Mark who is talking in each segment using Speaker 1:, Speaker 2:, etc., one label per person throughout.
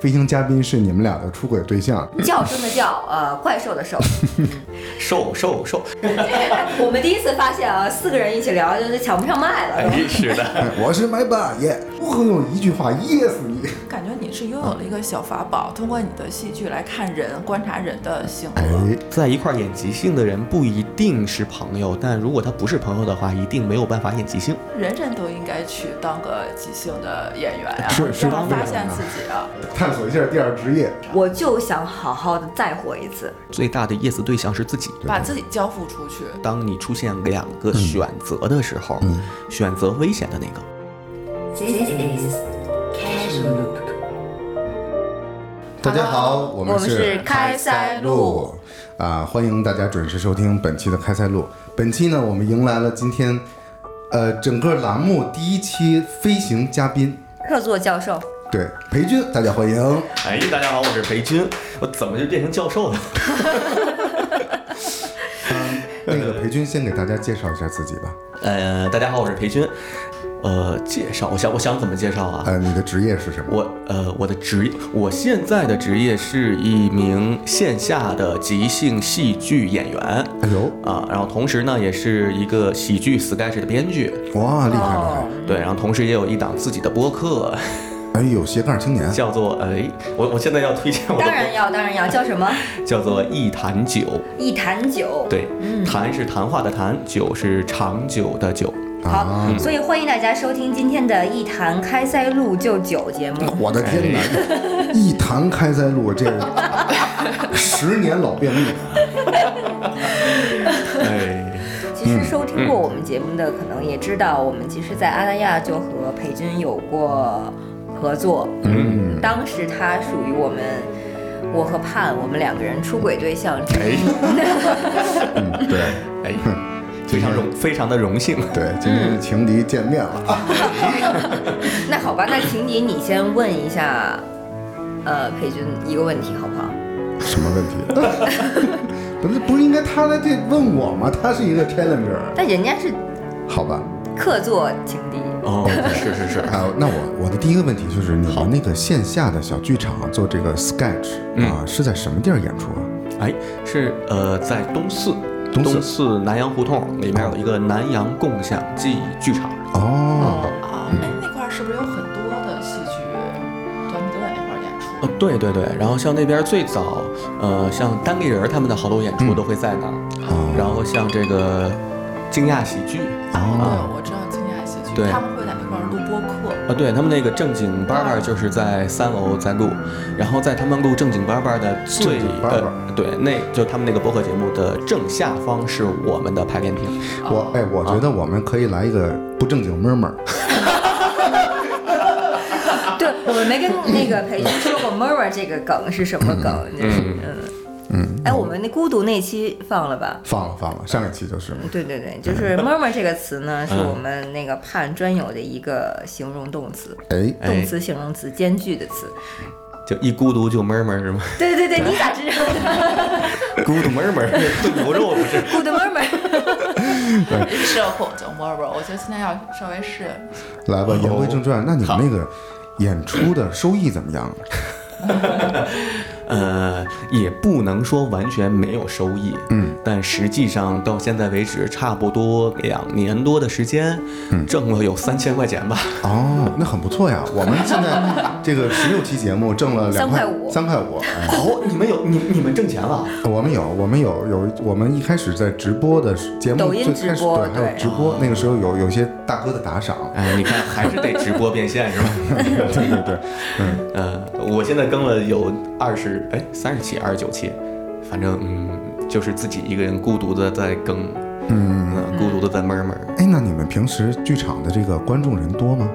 Speaker 1: 飞行嘉宾是你们俩的出轨对象，
Speaker 2: 叫真的叫，呃，怪兽的兽。
Speaker 3: 瘦瘦瘦，
Speaker 2: 我们第一次发现啊，四个人一起聊就是抢不上麦了。
Speaker 3: 哎，是的，
Speaker 1: 哎我是 my bad，耶，我会用一句话噎死你。
Speaker 4: 感觉你是拥有了一个小法宝，通过你的戏剧来看人，观察人的行为。
Speaker 1: 哎，
Speaker 3: 在一块儿演即兴的人不一定是朋友，但如果他不是朋友的话，一定没有办法演即兴。
Speaker 4: 人人都应该去当个即兴的演员啊，
Speaker 1: 是是
Speaker 4: 然后
Speaker 1: 为
Speaker 4: 发
Speaker 1: 什
Speaker 4: 现
Speaker 1: 么呢
Speaker 4: 自己啊。
Speaker 1: 探索一下第二职业，
Speaker 2: 我就想好好的再活一次。
Speaker 3: 最大的 yes 对象是自己。
Speaker 4: 把自己交付出去，
Speaker 3: 当你出现两个选择的时候，选择危险的那个。
Speaker 5: This is Casual Loop.
Speaker 1: 大家好，我们
Speaker 2: 我们是开塞露
Speaker 1: 啊、欢迎大家准时收听本期的开塞露。本期呢，我们迎来了今天呃整个栏目第一期飞行嘉宾，
Speaker 2: 客座教授，
Speaker 1: 对，裴军，大家欢 迎。
Speaker 3: 哎，大家好，我是裴军。我怎么就变成教授了？
Speaker 1: 那个裴军先给大家介绍一下自己吧，
Speaker 3: 呃，大家好，我是裴军。呃，介绍，我想我想怎么介绍啊？
Speaker 1: 呃，你的职业是什么？
Speaker 3: 我呃，我的职业，我现在的职业是一名线下的即兴戏剧演员
Speaker 1: 哎呦，
Speaker 3: 啊，然后同时呢，也是一个喜剧 sketch 的编剧，
Speaker 1: 哇，厉害厉
Speaker 2: 哦
Speaker 1: 害！
Speaker 2: 嗯
Speaker 3: 对，然后同时也有一档自己的播客，
Speaker 1: 哎呦，斜杠青年，
Speaker 3: 叫做哎，我我现在要推荐我的
Speaker 2: 当
Speaker 3: 播，
Speaker 2: 然要，当然要，叫什么？
Speaker 3: 叫做一坛酒，
Speaker 2: 一坛酒。
Speaker 3: 对，
Speaker 2: 嗯
Speaker 3: 谈是谈话的谈，酒是长久 的久。
Speaker 2: 好，
Speaker 1: 啊
Speaker 2: 所以欢迎大家收听今天的《一坛开塞露就酒》节目。
Speaker 1: 我的天哪！ 一谈开塞露，这个 十年老便秘，
Speaker 3: 哎，
Speaker 2: 其实收听过我们节目的，可能也知道，我们其实，在阿那亚就和裴军有过合作。嗯，当时他属于我们，我和盼，我们两个人出轨对象之
Speaker 1: 哎
Speaker 2: 一。
Speaker 1: 嗯，对
Speaker 3: 哎，非常荣，非常的 荣幸。
Speaker 1: 对，今天是情敌见面了啊！
Speaker 2: 那好吧，那情敌你先问一下，呃，裴军一个问题好不好？
Speaker 1: 什么问题？ 不是不是应该他来这问我吗？他是一个 challenger，
Speaker 2: 但人家是
Speaker 1: 好吧？
Speaker 2: 客座情敌，
Speaker 3: 哦，是是是，
Speaker 1: 啊，那我我的第一个问题就是，你们那个线下的小剧场做这个 sketch 啊，是在什么地儿演出啊？
Speaker 3: 哎，是呃，在东四，
Speaker 1: 东四
Speaker 3: 四南洋胡同里面有一个南洋共享记忆剧场。
Speaker 1: 哦，
Speaker 4: 啊，那那块儿是不是有很多的戏剧团体都在那块儿演出
Speaker 3: 哦？，对对对，然后像那边最早，呃，像单立人儿他们的好多演出都会在那儿，
Speaker 1: 哦
Speaker 3: 然后像这个惊讶喜剧，
Speaker 1: 啊嗯
Speaker 4: 哦，对，我知道惊讶喜剧，
Speaker 3: 对
Speaker 4: 他们会在那块儿录播 客。
Speaker 3: 啊，对他们那个正经八八就是在三楼在录，然后在他们录正经八八的最
Speaker 1: 正经八八
Speaker 3: 呃，对，那就他们那个播客节目的正下方是我们的排练厅，
Speaker 1: 我哎，我觉得我们可以来一个不正经妹妹儿。
Speaker 2: 对我们没跟那个裴军说过 murmur 这个梗是什么梗，就是嗯嗯，哎，我们那孤独那期放了吧？
Speaker 1: 放了放了，上一期就是嘛。
Speaker 2: 对对对，就是 murmur 这个词呢，是我们那个盼专有的一个形容动词，
Speaker 1: 哎，
Speaker 3: 哎
Speaker 2: 动词形容词兼具的词。
Speaker 3: 就一孤独就闷闷是吗？
Speaker 2: 对对对，你咋知道？
Speaker 3: 孤独闷闷 炖牛肉不是？
Speaker 2: 孤独 murmur，
Speaker 4: 社恐就摸摸，我觉得现在要稍微是
Speaker 1: 来吧，言归正传，那你们那个演出的收益怎么样？啊
Speaker 3: 呃，也不能说完全没有收益，
Speaker 1: 嗯，
Speaker 3: 但实际上到现在为止，差不多两年多的时间，挣了有三千块钱吧。
Speaker 1: 哦，那很不错呀。我们现在这个十六期节目挣了两块
Speaker 2: 3.5
Speaker 1: 三块五。哎
Speaker 3: 哦，你们有你你们挣钱了？
Speaker 1: 我们有，我们有有，我们一开始在直播的时节目，
Speaker 2: 抖音
Speaker 1: 最开始
Speaker 2: 直播
Speaker 1: 对，还有
Speaker 2: 对
Speaker 1: 直播，那个时候有有些大哥的打赏，
Speaker 3: 哎，你看还是得直播变现 是吧？
Speaker 1: 对对对，嗯，
Speaker 3: 呃，我现在更了有二十哎三十期二十九期，反正嗯就是自己一个人孤独的在更，嗯、孤独的在闷闷，
Speaker 1: 哎，那你们平时剧场的这个观众人多吗？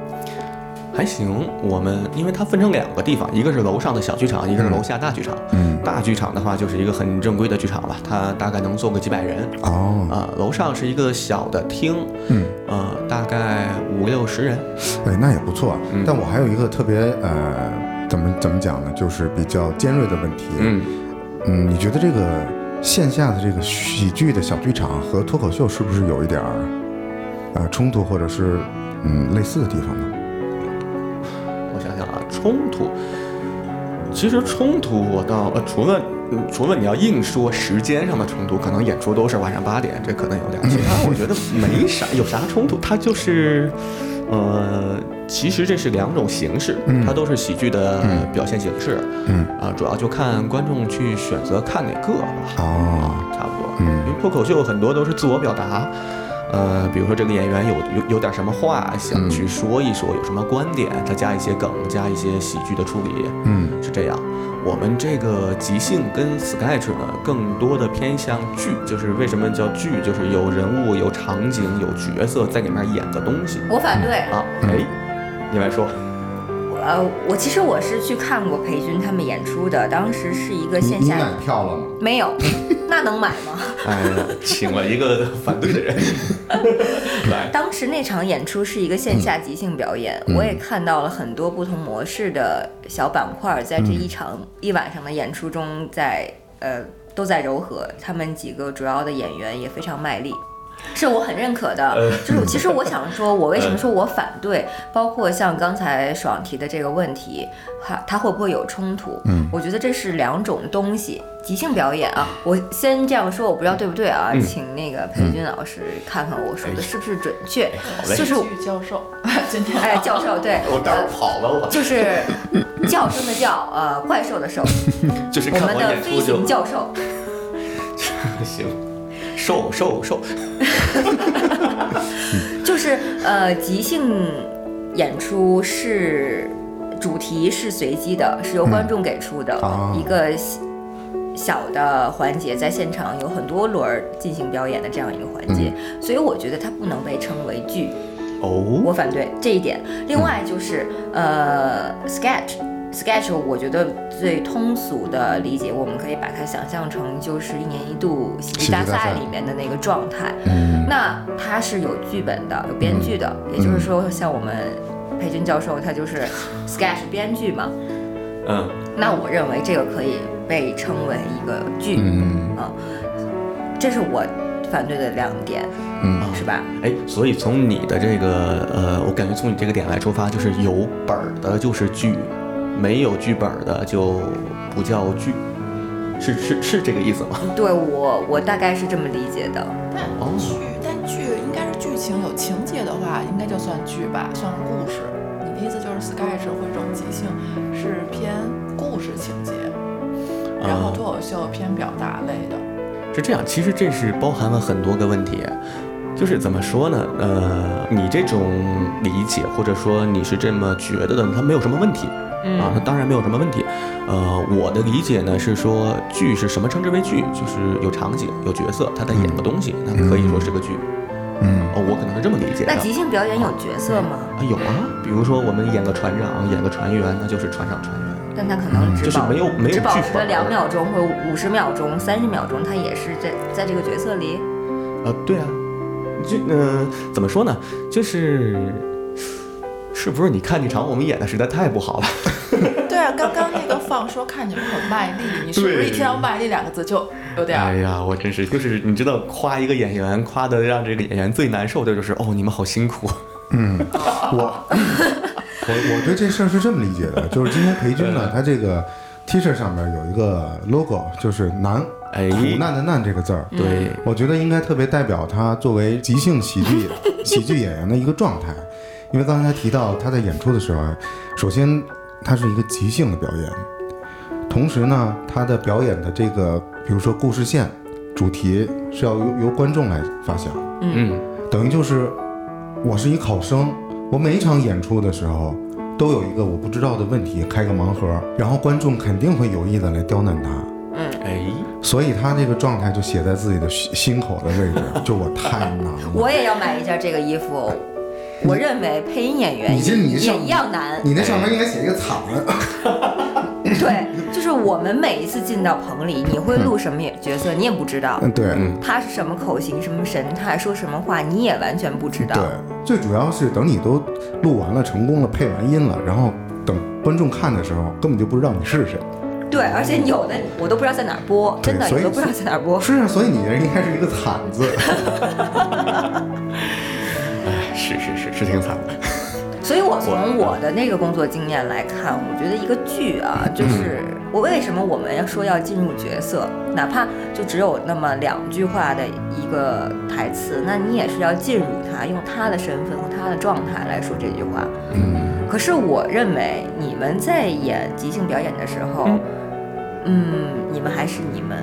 Speaker 3: 还行。我们因为它分成两个地方，一个是楼上的小剧场，一个是楼下大剧场。
Speaker 1: 嗯，
Speaker 3: 大剧场的话就是一个很正规的剧场了，它大概能坐个几百人。
Speaker 1: 哦，
Speaker 3: 啊、楼上是一个小的厅，
Speaker 1: 嗯，
Speaker 3: 呃，大概五六十人。
Speaker 1: 哎，那也不错。
Speaker 3: 嗯
Speaker 1: 但我还有一个特别呃，怎么怎么讲呢，就是比较尖锐的问题，啊
Speaker 3: 嗯，
Speaker 1: 嗯，你觉得这个线下的这个喜剧的小剧场和脱口秀是不是有一点儿呃冲突，或者是嗯类似的地方呢？
Speaker 3: 我想想啊，冲突，其实冲突我倒呃，除了嗯除了你要硬说时间上的冲突，可能演出都是晚上八点，这可能有点儿，其他我觉得没啥，有啥冲突？它就是，呃，其实这是两种形式，它都是喜剧的表现形式，
Speaker 1: 嗯
Speaker 3: 啊、主要就看观众去选择看哪个吧。
Speaker 1: 哦，
Speaker 3: 差不多。
Speaker 1: 嗯
Speaker 3: 因为脱口秀很多都是自我表达，呃，比如说这个演员有有有点什么话想
Speaker 2: 嗯
Speaker 3: 去说一说，有什么观点，他加一些梗，加一些喜剧的处理，
Speaker 1: 嗯，
Speaker 3: 是这样。我们这个即兴跟 sketch 呢，更多的偏向剧，就是为什么叫剧，就是有人物、有场景、有角色在里面演个东西
Speaker 2: 我反对，
Speaker 3: 啊。哎，你来说，
Speaker 2: 呃，我其实我是去看过裴军他们演出的，当时是一个
Speaker 1: 你
Speaker 2: 线
Speaker 1: 你
Speaker 2: 下
Speaker 1: 买票了吗？
Speaker 2: 没有，那能买吗？
Speaker 3: 哎呀，请了一个反对的人来，
Speaker 2: 当时那场演出是一个线
Speaker 1: 嗯
Speaker 2: 下即兴表演，我也看到了很多不同模式的小板块在这
Speaker 1: 嗯
Speaker 2: 一场、一晚上的演出中在呃都在柔和，他们几个主要的演员也非常卖力。是我很认可的，
Speaker 3: 呃
Speaker 2: 就是其实我想说，我为什么说我反对，包括像刚才爽提的这个问题，它它会不会有冲突？嗯，我觉得这是两种东西。即兴表演啊，我先这样说，我不知道对不对啊，
Speaker 3: 嗯
Speaker 2: 请那个裴军老师看看我
Speaker 3: 哎
Speaker 2: 说的是不是准确。
Speaker 3: 嘞
Speaker 2: 就是
Speaker 4: 戏剧教授， 今天
Speaker 2: 哎，教授对，
Speaker 3: 我待会儿跑了，我
Speaker 2: 就是叫声的叫，呃，怪兽的兽，
Speaker 3: 就是
Speaker 2: 我
Speaker 3: 看
Speaker 2: 们
Speaker 3: 完
Speaker 2: 的
Speaker 3: 演
Speaker 2: 飞
Speaker 3: 出就
Speaker 2: 行教授。
Speaker 3: 行，瘦瘦瘦，
Speaker 2: 就是呃，即兴演出是主题是随机的，是由观众给出的、
Speaker 1: 哦
Speaker 2: 一个小小的环节，在现场有很多轮儿进行表演的这样一个环节，所以我觉得它不能被称为剧，
Speaker 3: 哦，
Speaker 2: 我反对这一点。
Speaker 1: 嗯
Speaker 2: 另外就是、呃，sketch。sketch 我觉得最通俗的理解，我们可以把它想象成就是一年一度喜
Speaker 1: 喜
Speaker 2: 剧
Speaker 1: 剧
Speaker 2: 大
Speaker 1: 大
Speaker 2: 赛
Speaker 1: 赛
Speaker 2: 里面的那个状态。
Speaker 1: 嗯
Speaker 2: 那它是有剧本的，有编剧的，也就是说，像我们裴军教授，他就是 sketch 编剧嘛。
Speaker 3: 嗯。
Speaker 2: 那我认为这个可以被称为一个剧，
Speaker 1: 嗯
Speaker 2: 啊，这是我反对的两点，
Speaker 1: 嗯，
Speaker 2: 是吧？
Speaker 3: 哎，所以从你的这个呃，我感觉从你这个点来出发，就是有本儿的就是剧，没有剧本儿的就不叫剧，是是是这个意思吗？
Speaker 2: 对我，我大概是这么理解的。
Speaker 3: 哦
Speaker 4: 但剧，但剧应该是剧情有情节的话，应该就算剧吧，算是故事。你的意思就是 sketch 或者这种即兴是偏故事情节，然后
Speaker 3: 啊
Speaker 4: 脱口秀偏表达类的。
Speaker 3: 是这样，其实这是包含了很多个问题，就是怎么说呢？呃，你这种理解或者说你是这么觉得的，它没有什么问题。啊，它当然没有什么问题。呃，我的理解呢是说，剧是什么称之为剧？就是有场景、有角色，他在演个东西，那可以说是个剧。嗯，哦，我可能是这么理解的。
Speaker 2: 那即兴表演有角色吗？
Speaker 3: 啊有啊，比如说我们演个船长，演个船员，那就是船长、船员。
Speaker 2: 但他可能只
Speaker 3: 嗯就是
Speaker 2: 保
Speaker 3: 没有没有
Speaker 2: 只保
Speaker 3: 剧
Speaker 2: 持
Speaker 3: 本
Speaker 2: 了
Speaker 3: 儿
Speaker 2: 两秒钟或五十秒钟、三十秒钟，他也是在在这个角色里。
Speaker 3: 啊，对啊，就嗯、怎么说呢？就是是不是你看那场我们演的实在太不好了？
Speaker 4: 对啊，刚刚那个放说看你们很卖力，你是不是
Speaker 3: 对
Speaker 4: 一听到卖力两个字就有点
Speaker 3: 哎
Speaker 4: 儿？
Speaker 3: 呀，我真是就是你知道，夸一个演员，夸的让这个演员最难受的就是哦，你们好辛苦。
Speaker 1: 我我我对这事儿是这么理解 的，就是今天裴军呢，他这个 T 恤上面有一个 logo，就是难。
Speaker 3: 哎
Speaker 1: 苦难的难这个字儿，
Speaker 3: 对，
Speaker 1: 我觉得应该特别代表他作为即兴喜剧喜剧演员的一个状态，因为刚才提到他在演出的时候，啊首先他是一个即兴的表演，同时呢，他的表演的这个，比如说故事线、主题是要由由观众来发想，
Speaker 3: 嗯，
Speaker 1: 等于就是我是一考生，我每一场演出的时候都有一个我不知道的问题，开个盲盒，然后观众肯定会有意的来刁难他。
Speaker 3: 哎，
Speaker 1: 所以他这个状态就写在自己的心心口的位置，就我太难了。
Speaker 2: 我也要买一件这个衣服。我认为配音演员
Speaker 1: 你这
Speaker 2: 也
Speaker 1: 你上
Speaker 2: 一样难。
Speaker 1: 你那上面应该写一个惨了，
Speaker 2: 对，就是我们每一次进到棚里，你会录什么也角色，你也不知道。
Speaker 1: 嗯，对，
Speaker 3: 嗯
Speaker 2: 他是什么口型、什么神态、说什么话，你也完全不知道。
Speaker 1: 对，最主要是等你都录完了、成功了、配完音了，然后等观众看的时候，根本就不知道你是谁。
Speaker 2: 对而且有的我都不知道在哪儿播，
Speaker 1: 嗯对
Speaker 2: 真的
Speaker 1: 所以
Speaker 2: 有的不知道在哪儿播。
Speaker 1: 是啊，所以你应该是一个惨字。
Speaker 3: 哎，是是是是挺惨的。
Speaker 2: 所以我从我的那个工作经验来看，我觉得一个剧啊，就是我为什么我们要说要进入角色，哪怕就只有那么两句话的一个台词，那你也是要进入他，用他的身份和他的状态来说这句话。
Speaker 1: 嗯
Speaker 2: 可是我认为你们在演即兴表演的时候，嗯，你们还是你们，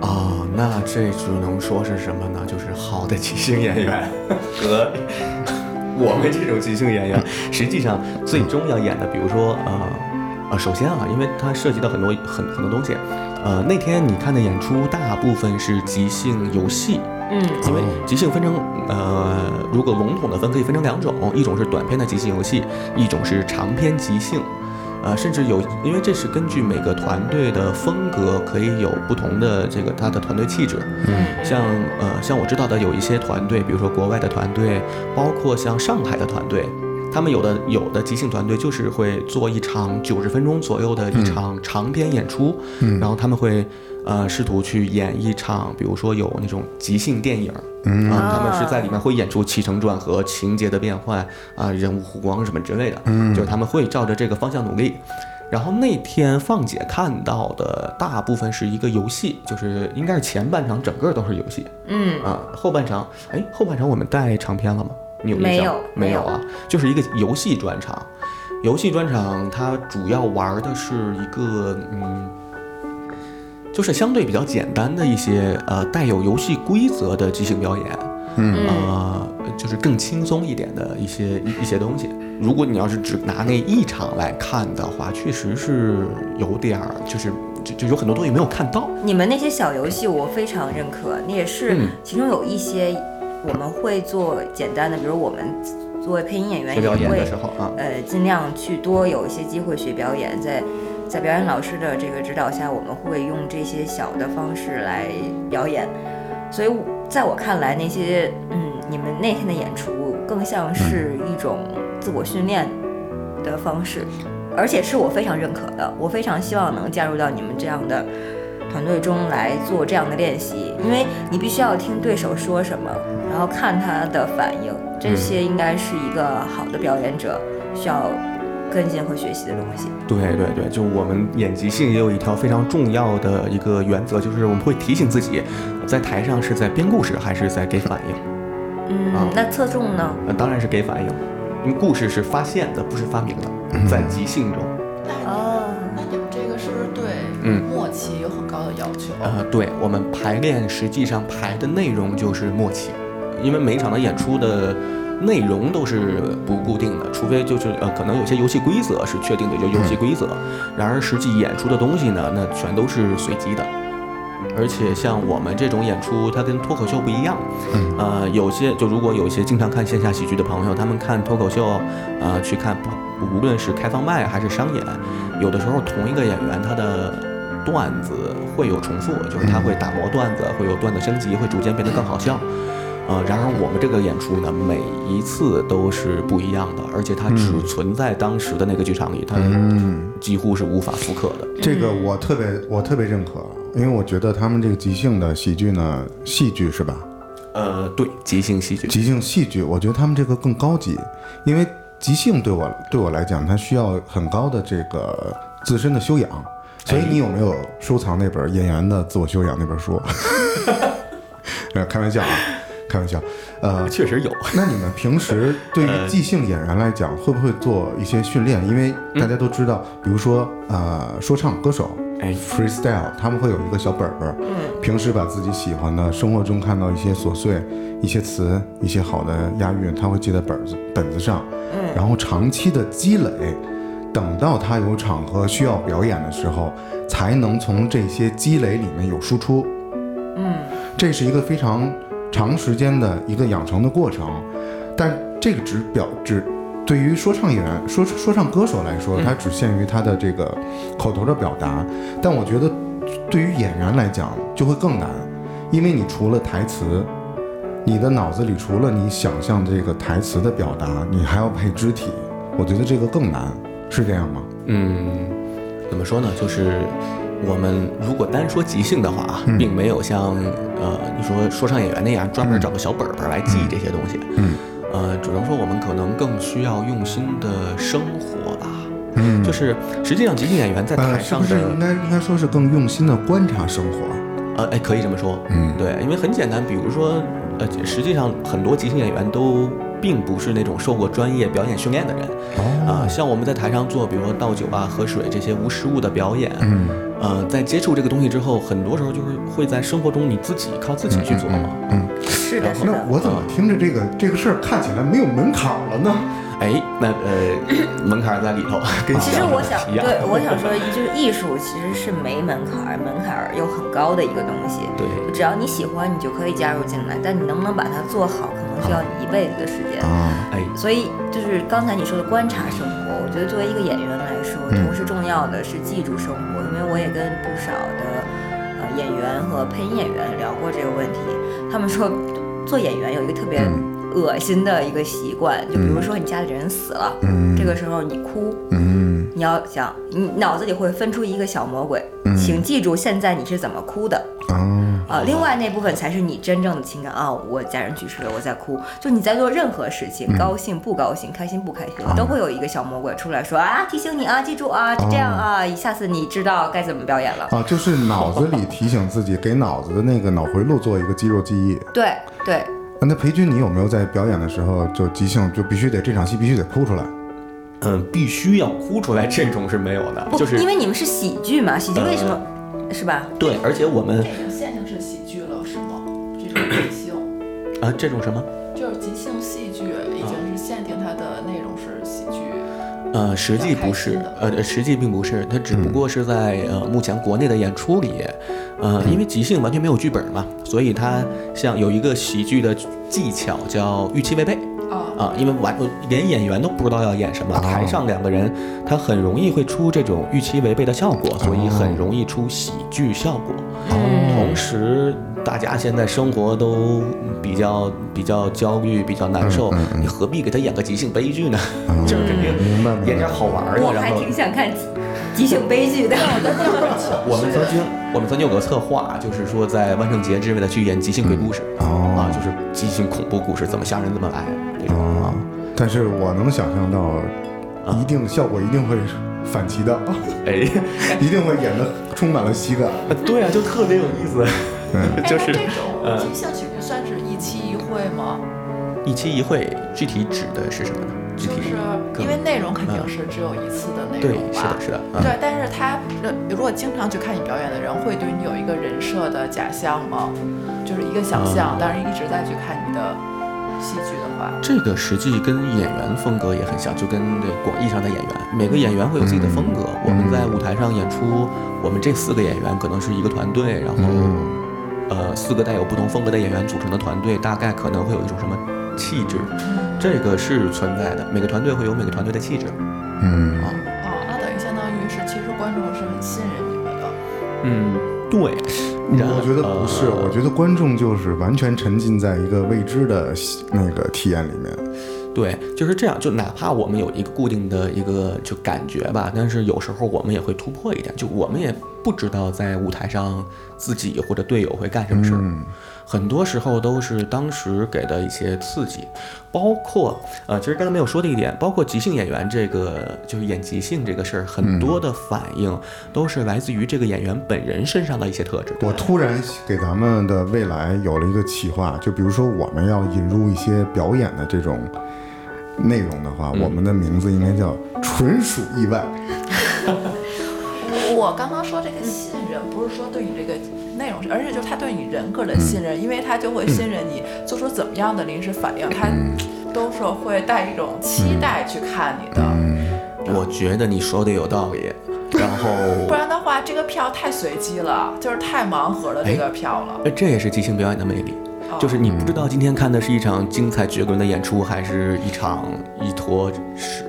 Speaker 3: 啊，那这只能说是什么呢？就是好的即兴演员和我们这种即兴演员，实际上最终要演的，比如说啊啊、呃首先啊，因为它涉及到很多很很多东西，呃，那天你看的演出大部分是即兴游戏，
Speaker 2: 嗯
Speaker 3: 因为即兴分成呃，如果笼统的分，可以分成两种，一种是短篇的即兴游戏，一种是长篇即兴。呃，甚至有，因为这是根据每个团队的风格，可以有不同的这个他的团队气质。
Speaker 2: 嗯
Speaker 3: 像呃，像我知道的有一些团队，比如说国外的团队，包括像上海的团队，他们有的有的即兴团队就是会做一场九十分钟左右的一场长篇演出，
Speaker 1: 嗯
Speaker 3: 然后他们会呃试图去演一场，比如说有那种即兴电影。
Speaker 1: 嗯
Speaker 3: 啊，他
Speaker 2: 哦
Speaker 3: 们是在里面会演出起承转合、情节的变换啊、人物弧光什么之类的，
Speaker 1: 嗯
Speaker 3: 就是他们会照着这个方向努力。然后那天放姐看到的大部分是一个游戏，就是应该是前半场整个都是游戏
Speaker 2: 嗯，
Speaker 3: 啊，后半场，哎，后半场我们带长篇了吗？你有印象
Speaker 2: 没有
Speaker 3: 没
Speaker 2: 没有
Speaker 3: 有啊，就是一个游戏专场。游戏专场它主要玩的是一个嗯。就是相对比较简单的一些呃带有游戏规则的即兴表演，
Speaker 1: 嗯
Speaker 3: 呃，就是更轻松一点的一些一一些东西。如果你要是只拿那一场来看的话，确实是有点儿，就是就就有很多东西没有看到。
Speaker 2: 你们那些小游戏我非常认可，那也是
Speaker 3: 嗯
Speaker 2: 其中有一些我们会做简单的，比如我们作为配音演员
Speaker 3: 学
Speaker 2: 也
Speaker 3: 表演的
Speaker 2: 会
Speaker 3: 时候啊，
Speaker 2: 呃尽量去多有一些机会学表演，在在表演老师的这个指导下，我们会用这些小的方式来表演。所以我在我看来，那些嗯你们那天的演出更像是一种自我训练的方式，而且是我非常认可的，我非常希望能加入到你们这样的。团队中来做这样的练习，因为你必须要听对手说什么，然后看他的反应，这些应该是一个好的表演者需要跟进和学习的东西。
Speaker 3: 对对对，就我们演即兴也有一条非常重要的一个原则，就是我们会提醒自己，在台上是在编故事还是在给反应。
Speaker 2: 嗯
Speaker 3: 啊，
Speaker 2: 那侧重呢？
Speaker 3: 呃，当然是给反应，因为故事是发现的，不是发明的，在即兴中。
Speaker 4: 那你们
Speaker 2: 哦，
Speaker 4: 那你们这个是不是对
Speaker 3: 嗯
Speaker 4: 默契有很高的要求？
Speaker 3: 呃，对我们排练实际上排的内容就是默契，因为每一场的演出的内容都是不固定的，除非就是呃，可能有些游戏规则是确定的，就游戏规则。然而实际演出的东西呢，那全都是随机的。而且像我们这种演出，它跟脱口秀不一样，呃，有些就如果有些经常看线下喜剧的朋友，他们看脱口秀，呃，去看不无论是开放麦还是商演，有的时候同一个演员他的段子会有重复，就是他会打磨段子，会有段子升级，会逐渐变得更好笑。呃，然而我们这个演出呢，每一次都是不一样的，而且它只存在当时的那个剧场里，它
Speaker 1: 嗯，
Speaker 3: 几乎是无法复刻的。
Speaker 1: 这个我特别我特别认可，因为我觉得他们这个即兴的喜剧呢，戏剧是吧？
Speaker 3: 呃，对，即兴戏剧，
Speaker 1: 即兴戏剧，我觉得他们这个更高级，因为即兴对我对我来讲，它需要很高的这个自身的修养。所以你有没有收藏那本《演员的自我修养》那本书？ 呃，开玩笑啊，开玩笑。呃，
Speaker 3: 确实有。
Speaker 1: 那你们平时对于即兴演员来讲，会不会做一些训练？因为大家都知道，比如说呃，说唱歌手
Speaker 3: 哎，
Speaker 1: freestyle，他们会有一个小本本，
Speaker 2: 嗯
Speaker 1: 平时把自己喜欢的、生活中看到一些琐碎、一些词、一些好的押韵，他会记在本子本子上，
Speaker 2: 嗯
Speaker 1: 然后长期的积累，等到他有场合需要表演的时候，才能从这些积累里面有输出。
Speaker 2: 嗯，
Speaker 1: 这是一个非常长时间的一个养成的过程，但这个只表只对于说唱演员、说说唱歌手来说，它只限于他的这个口头的表达。但我觉得对于演员来讲就会更难，因为你除了台词，你的脑子里除了你想象这个台词的表达，你还要配肢体，我觉得这个更难，是这样吗？
Speaker 3: 嗯，怎么说呢？就是我们如果单说即兴的话
Speaker 1: 嗯
Speaker 3: 啊，并没有像呃你说说唱演员那样专门找个小本本儿来记这些东西。
Speaker 1: 嗯，
Speaker 3: 呃，只能说我们可能更需要用心的生活吧。
Speaker 1: 嗯
Speaker 3: 就是实际上，即兴演员在
Speaker 1: 呃，
Speaker 3: 台
Speaker 1: 是
Speaker 3: 上
Speaker 1: 不
Speaker 3: 的
Speaker 1: 是应该应该说是更用心的观察生活？
Speaker 3: 呃，哎，可以这么说，
Speaker 1: 嗯
Speaker 3: 对，因为很简单，比如说，呃，实际上很多即兴演员都并不是那种受过专业表演训练的人，
Speaker 1: 哦，
Speaker 3: 啊、像我们在台上做，比如说倒酒啊、喝水这些无实物的表演，
Speaker 1: 嗯
Speaker 3: 呃，在接触这个东西之后，很多时候就是会在生活中你自己靠自己去琢磨。
Speaker 1: 嗯，
Speaker 2: 是的，是
Speaker 1: 那
Speaker 2: 的，
Speaker 1: 我怎么听着这个这个事儿看起来没有门槛儿了呢？
Speaker 3: 哎，那呃，门槛儿在里头，
Speaker 1: 啊
Speaker 3: 跟
Speaker 2: 其实
Speaker 3: 想
Speaker 2: 我
Speaker 3: 的
Speaker 2: 想
Speaker 3: 一样。
Speaker 2: 对我想说，就是艺术其实是没门槛儿，门槛儿又很高的一个东西。
Speaker 3: 对
Speaker 2: 只要你喜欢，你就可以加入进来，但你能不能把它做好，可能需要你一辈子的时间。
Speaker 1: 啊，
Speaker 3: 哎，
Speaker 2: 所以就是刚才你说的观察生活，我觉得作为一个演员来说，
Speaker 1: 嗯
Speaker 2: 同时重要的是记住生活，因为我也跟不少的呃演员和配音演员聊过这个问题，他们说做演员有一个特别
Speaker 1: 嗯
Speaker 2: 恶心的一个习惯，就比如说你家里人死了，
Speaker 1: 嗯
Speaker 2: 这个时候你哭，
Speaker 1: 嗯
Speaker 2: 你要想你脑子里会分出一个小魔鬼，
Speaker 1: 嗯
Speaker 2: 请记住现在你是怎么哭的，
Speaker 1: 啊，
Speaker 2: 啊，另外那部分才是你真正的情感啊！我家人去世了，我在哭。就你在做任何事
Speaker 3: 嗯
Speaker 2: 情，高兴不高兴，开心不开心，都会有一个小魔鬼出来说啊，提醒你啊，记住啊，就这样
Speaker 3: 哦
Speaker 2: 啊，下次你知道该怎么表演了。
Speaker 1: 啊，就是脑子里提醒自己，给脑子的那个脑回路做一个肌肉记忆。
Speaker 2: 对对，
Speaker 1: 啊那裴军，你有没有在表演的时候就即兴就必须得这场戏必须得哭出来？
Speaker 3: 嗯、必须要哭出来，这种是没有的，
Speaker 2: 不，
Speaker 3: 就是呃
Speaker 2: 因为你们是喜剧嘛，喜剧为什么、是吧？
Speaker 3: 对，而且我们
Speaker 4: 这种现象是喜剧了，是吗？这种即兴，
Speaker 3: 啊、这种什么，
Speaker 4: 就是即兴戏剧已
Speaker 3: 啊
Speaker 4: 经是限定它的内容是喜剧。
Speaker 3: 呃，实际不
Speaker 4: 比
Speaker 3: 是
Speaker 4: 较开心的，
Speaker 3: 呃，实际并不是，它只不过是在呃目前国内的演出里，呃，因为即兴完全没有剧本嘛，所以它像有一个喜剧的技巧叫预期违背
Speaker 4: 啊，
Speaker 3: 啊，因为完连演员都不知道要演什么，
Speaker 1: 哦
Speaker 3: 台上两个人他很容易会出这种预期违背的效果，所以很容易出喜剧效果。同时，大家现在生活都比较比较焦虑，比较难受，你何必给他演个即兴悲剧呢？
Speaker 1: 哦
Speaker 3: 就是肯定
Speaker 1: 嗯明白明白
Speaker 3: 演点好玩
Speaker 2: 我
Speaker 3: 的，然
Speaker 2: 还
Speaker 3: 后
Speaker 2: 挺想看即即兴悲剧的。
Speaker 3: 我们曾经我们曾经有个策划，就是说在万圣节之类的去演即兴鬼故事，
Speaker 1: 哦
Speaker 3: 啊，就是即兴恐怖故事，怎么吓人怎么来那种啊
Speaker 1: 哦。，但是我能想象到，
Speaker 3: 啊
Speaker 1: 一定效果一定会反其 道，
Speaker 3: 哎，
Speaker 1: 一定会演的充满了喜感。
Speaker 3: 对啊，就特别有意 思，
Speaker 4: 哎
Speaker 3: 就
Speaker 4: 那
Speaker 3: 是
Speaker 4: 这种
Speaker 3: 呃
Speaker 4: 即兴喜剧算是一期一会吗？
Speaker 3: 一期一会，具体指的是什么呢？具体
Speaker 4: 就是
Speaker 3: 更嗯
Speaker 4: 因为内容肯定是只有一次的内
Speaker 3: 对
Speaker 4: 容，
Speaker 3: 是
Speaker 4: 吧
Speaker 3: 的，？是的，啊
Speaker 4: 对，但是他呃如果经常去看你表演的人，会对你有一个人设的假象吗？就是一个想
Speaker 3: 嗯
Speaker 4: 象，但是一直在去看你的戏剧的话，
Speaker 3: 这个实际跟演员风格也很像，就跟这个广义上的演员，每个演员会有自己的风格。我们在舞台上演出，我们这四个演员可能是一个团队，然后、呃四个带有不同风格的演员组成的团队，大概可能会有一种什么气质，这个是存在的。每个团队会有每个团队的气质。
Speaker 1: 嗯
Speaker 4: 哦，那等于相当于是，其实观众是很信任你们的。
Speaker 3: 嗯，对。然后
Speaker 1: 嗯我觉得不是，
Speaker 3: 呃
Speaker 1: 我觉得观众就是完全沉浸在一个未知的喜那个体验里面。
Speaker 3: 对，就是这样。就哪怕我们有一个固定的一个就感觉吧，但是有时候我们也会突破一点，就我们也不知道在舞台上自己或者队友会干什么事儿。很多时候都是当时给的一些刺激，包括呃，其实刚才没有说的一点，包括即兴演员这个就是演即兴这个事儿，很多的反应都是来自于这个演员本人身上的一些特质。
Speaker 1: 我突然给咱们的未来有了一个企划，就比如说我们要引入一些表演的这种内容的话，我们的名字应该叫“纯属意外
Speaker 4: 我刚刚说这个信任，不是说对你这个内容，而是就是他对你人格的信任，因为他就会信任你做出怎么样的临时反应，他都是会带一种期待去看你的。
Speaker 3: 我觉得你说的有道理，然后
Speaker 4: 不然的话，这个票太随机了，就是太盲盒的这个票了。
Speaker 3: 呃，这也是即兴表演的魅力，就是你不知道今天看的是一场精彩绝伦的演出，还是一场一坨屎。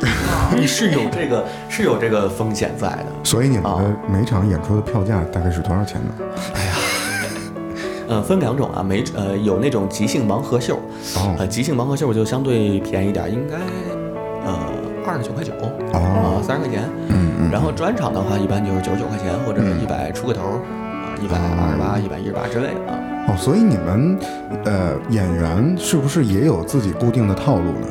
Speaker 3: 你是有这个是有这个风险在的，”。
Speaker 1: 所以你们
Speaker 3: 哦
Speaker 1: 的每场演出的票价大概是多少钱呢？
Speaker 3: 呃，分两种啊，每呃有那种即兴盲盒秀，
Speaker 1: 哦
Speaker 3: 呃，即兴盲盒秀就相对便宜点儿，应该呃二十九块九，
Speaker 1: 哦
Speaker 3: 啊三十块钱，嗯，然后专场的话一般就是九十九块钱或者一百出个头儿，啊一百二十八、一百一十八之类的啊，
Speaker 1: 哦，所以你们呃演员是不是也有自己固定的套路呢？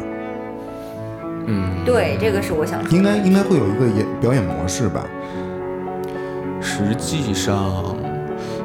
Speaker 3: 嗯，
Speaker 2: 对，这个是我想说的
Speaker 1: 应该应该会有一个演表演模式吧？
Speaker 3: 实际上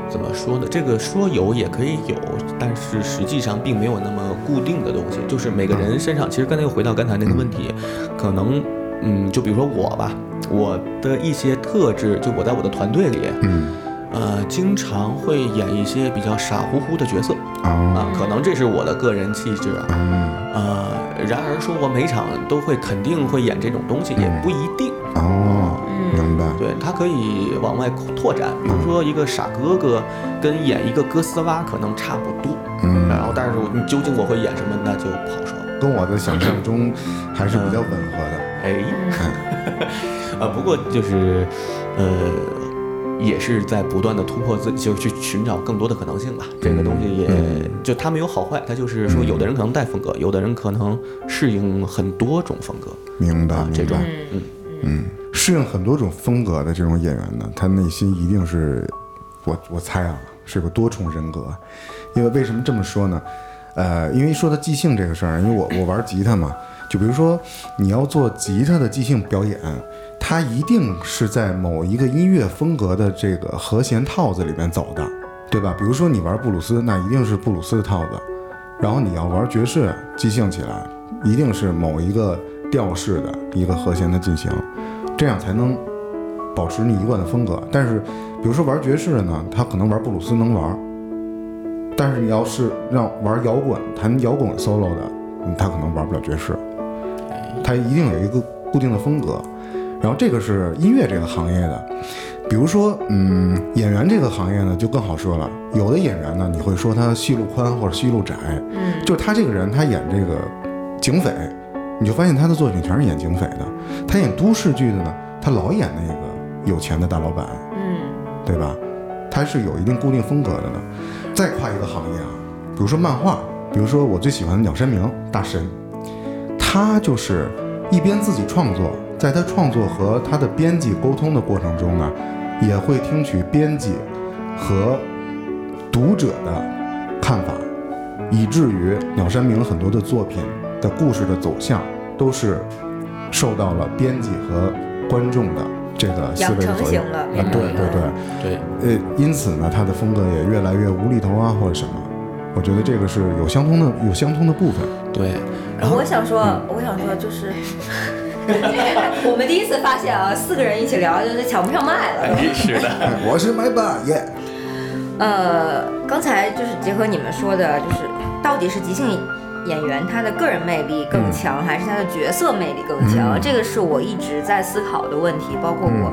Speaker 3: 怎么说呢？这个说有也可以有，但是实际上并没有那么固定的东西。就是每个人身上，其实刚才又回到刚才那个问题，可能嗯，就比如说我吧，我的一些特质，就我在我的团队里，
Speaker 1: 嗯
Speaker 3: 呃，经常会演一些比较傻乎乎的角色
Speaker 1: 啊
Speaker 3: 啊，可能这是我的个人气质啊。
Speaker 1: 嗯
Speaker 3: 呃，然而说我每场都会肯定会演这种东西，也不一定。
Speaker 1: 哦，明白。
Speaker 3: 对，它可以往外拓展，比如
Speaker 1: 嗯
Speaker 3: 说一个傻哥哥跟演一个哥斯拉可能差不多，
Speaker 1: 嗯
Speaker 3: 然后但是我你究竟我会演什么，那就不好说。
Speaker 1: 跟我的想象中还是比较吻合的。
Speaker 3: 哎，
Speaker 2: 嗯
Speaker 3: 呃，不过就是，呃，也是在不断的突破自己，就是去寻找更多的可能性吧。这个东
Speaker 1: 嗯
Speaker 3: 西也、就它没有好坏，它就是说，有的人可能带风格，有的人可能适应很多种风格
Speaker 1: 明白
Speaker 3: 啊，，这
Speaker 1: 明白
Speaker 3: 种。
Speaker 2: 嗯
Speaker 1: 适应很多种风格的这种演员呢，他内心一定是，我我猜啊，是个多重人格。因为为什么这么说呢？呃，因为说到即兴这个事儿，啊因为我我玩吉他嘛，就比如说你要做吉他的即兴表演，它一定是在某一个音乐风格的这个和弦套子里面走的，对吧？比如说你玩布鲁斯，那一定是布鲁斯的套子；然后你要玩爵士，即兴起来一定是某一个调式的一个和弦的进行，这样才能保持你一贯的风格。但是，比如说玩爵士的呢，他可能玩布鲁斯能玩，但是你要是让玩摇滚、弹摇滚 solo 的，嗯他可能玩不了爵士，他一定有一个固定的风格。然后这个是音乐这个行业的，比如说，嗯，演员这个行业呢就更好说了。有的演员呢，你会说他戏路宽或者戏路窄，嗯，就是他这个人，他演这个警匪，你就发现他的作品全是演警匪的。他演都市剧的呢，他老演那个有钱的大老板，
Speaker 2: 嗯
Speaker 1: 对吧？它是有一定固定风格的呢。再跨一个行业啊，比如说漫画，比如说我最喜欢的鸟山明大神，他就是一边自己创作，在他创作和他的编辑沟通的过程中呢，也会听取编辑和读者的看法，以至于鸟山明很多的作品的故事的走向都是受到了编辑和观众的这个思维的
Speaker 2: 养成
Speaker 1: 左右
Speaker 2: 型了
Speaker 1: 啊，
Speaker 2: 变成
Speaker 1: 对
Speaker 2: 一
Speaker 1: 对
Speaker 2: 个
Speaker 1: 对。
Speaker 3: 对，
Speaker 1: 呃，因此呢，他的风格也越来越无厘头啊，或者什么。我觉得这个是有相通的，有相通的部分。
Speaker 3: 对，然后嗯
Speaker 2: 我想说，我想说就是。 我们第一次发现啊，四个人一起聊就是抢不上麦了。
Speaker 3: 哎，是的，
Speaker 1: 哎我是麦霸耶，
Speaker 2: 呃，刚才就是结合你们说的，就是到底是即兴演员他的个人魅力更强，还是他的角色魅力更强？这个是我一直在思考的问题。包括我，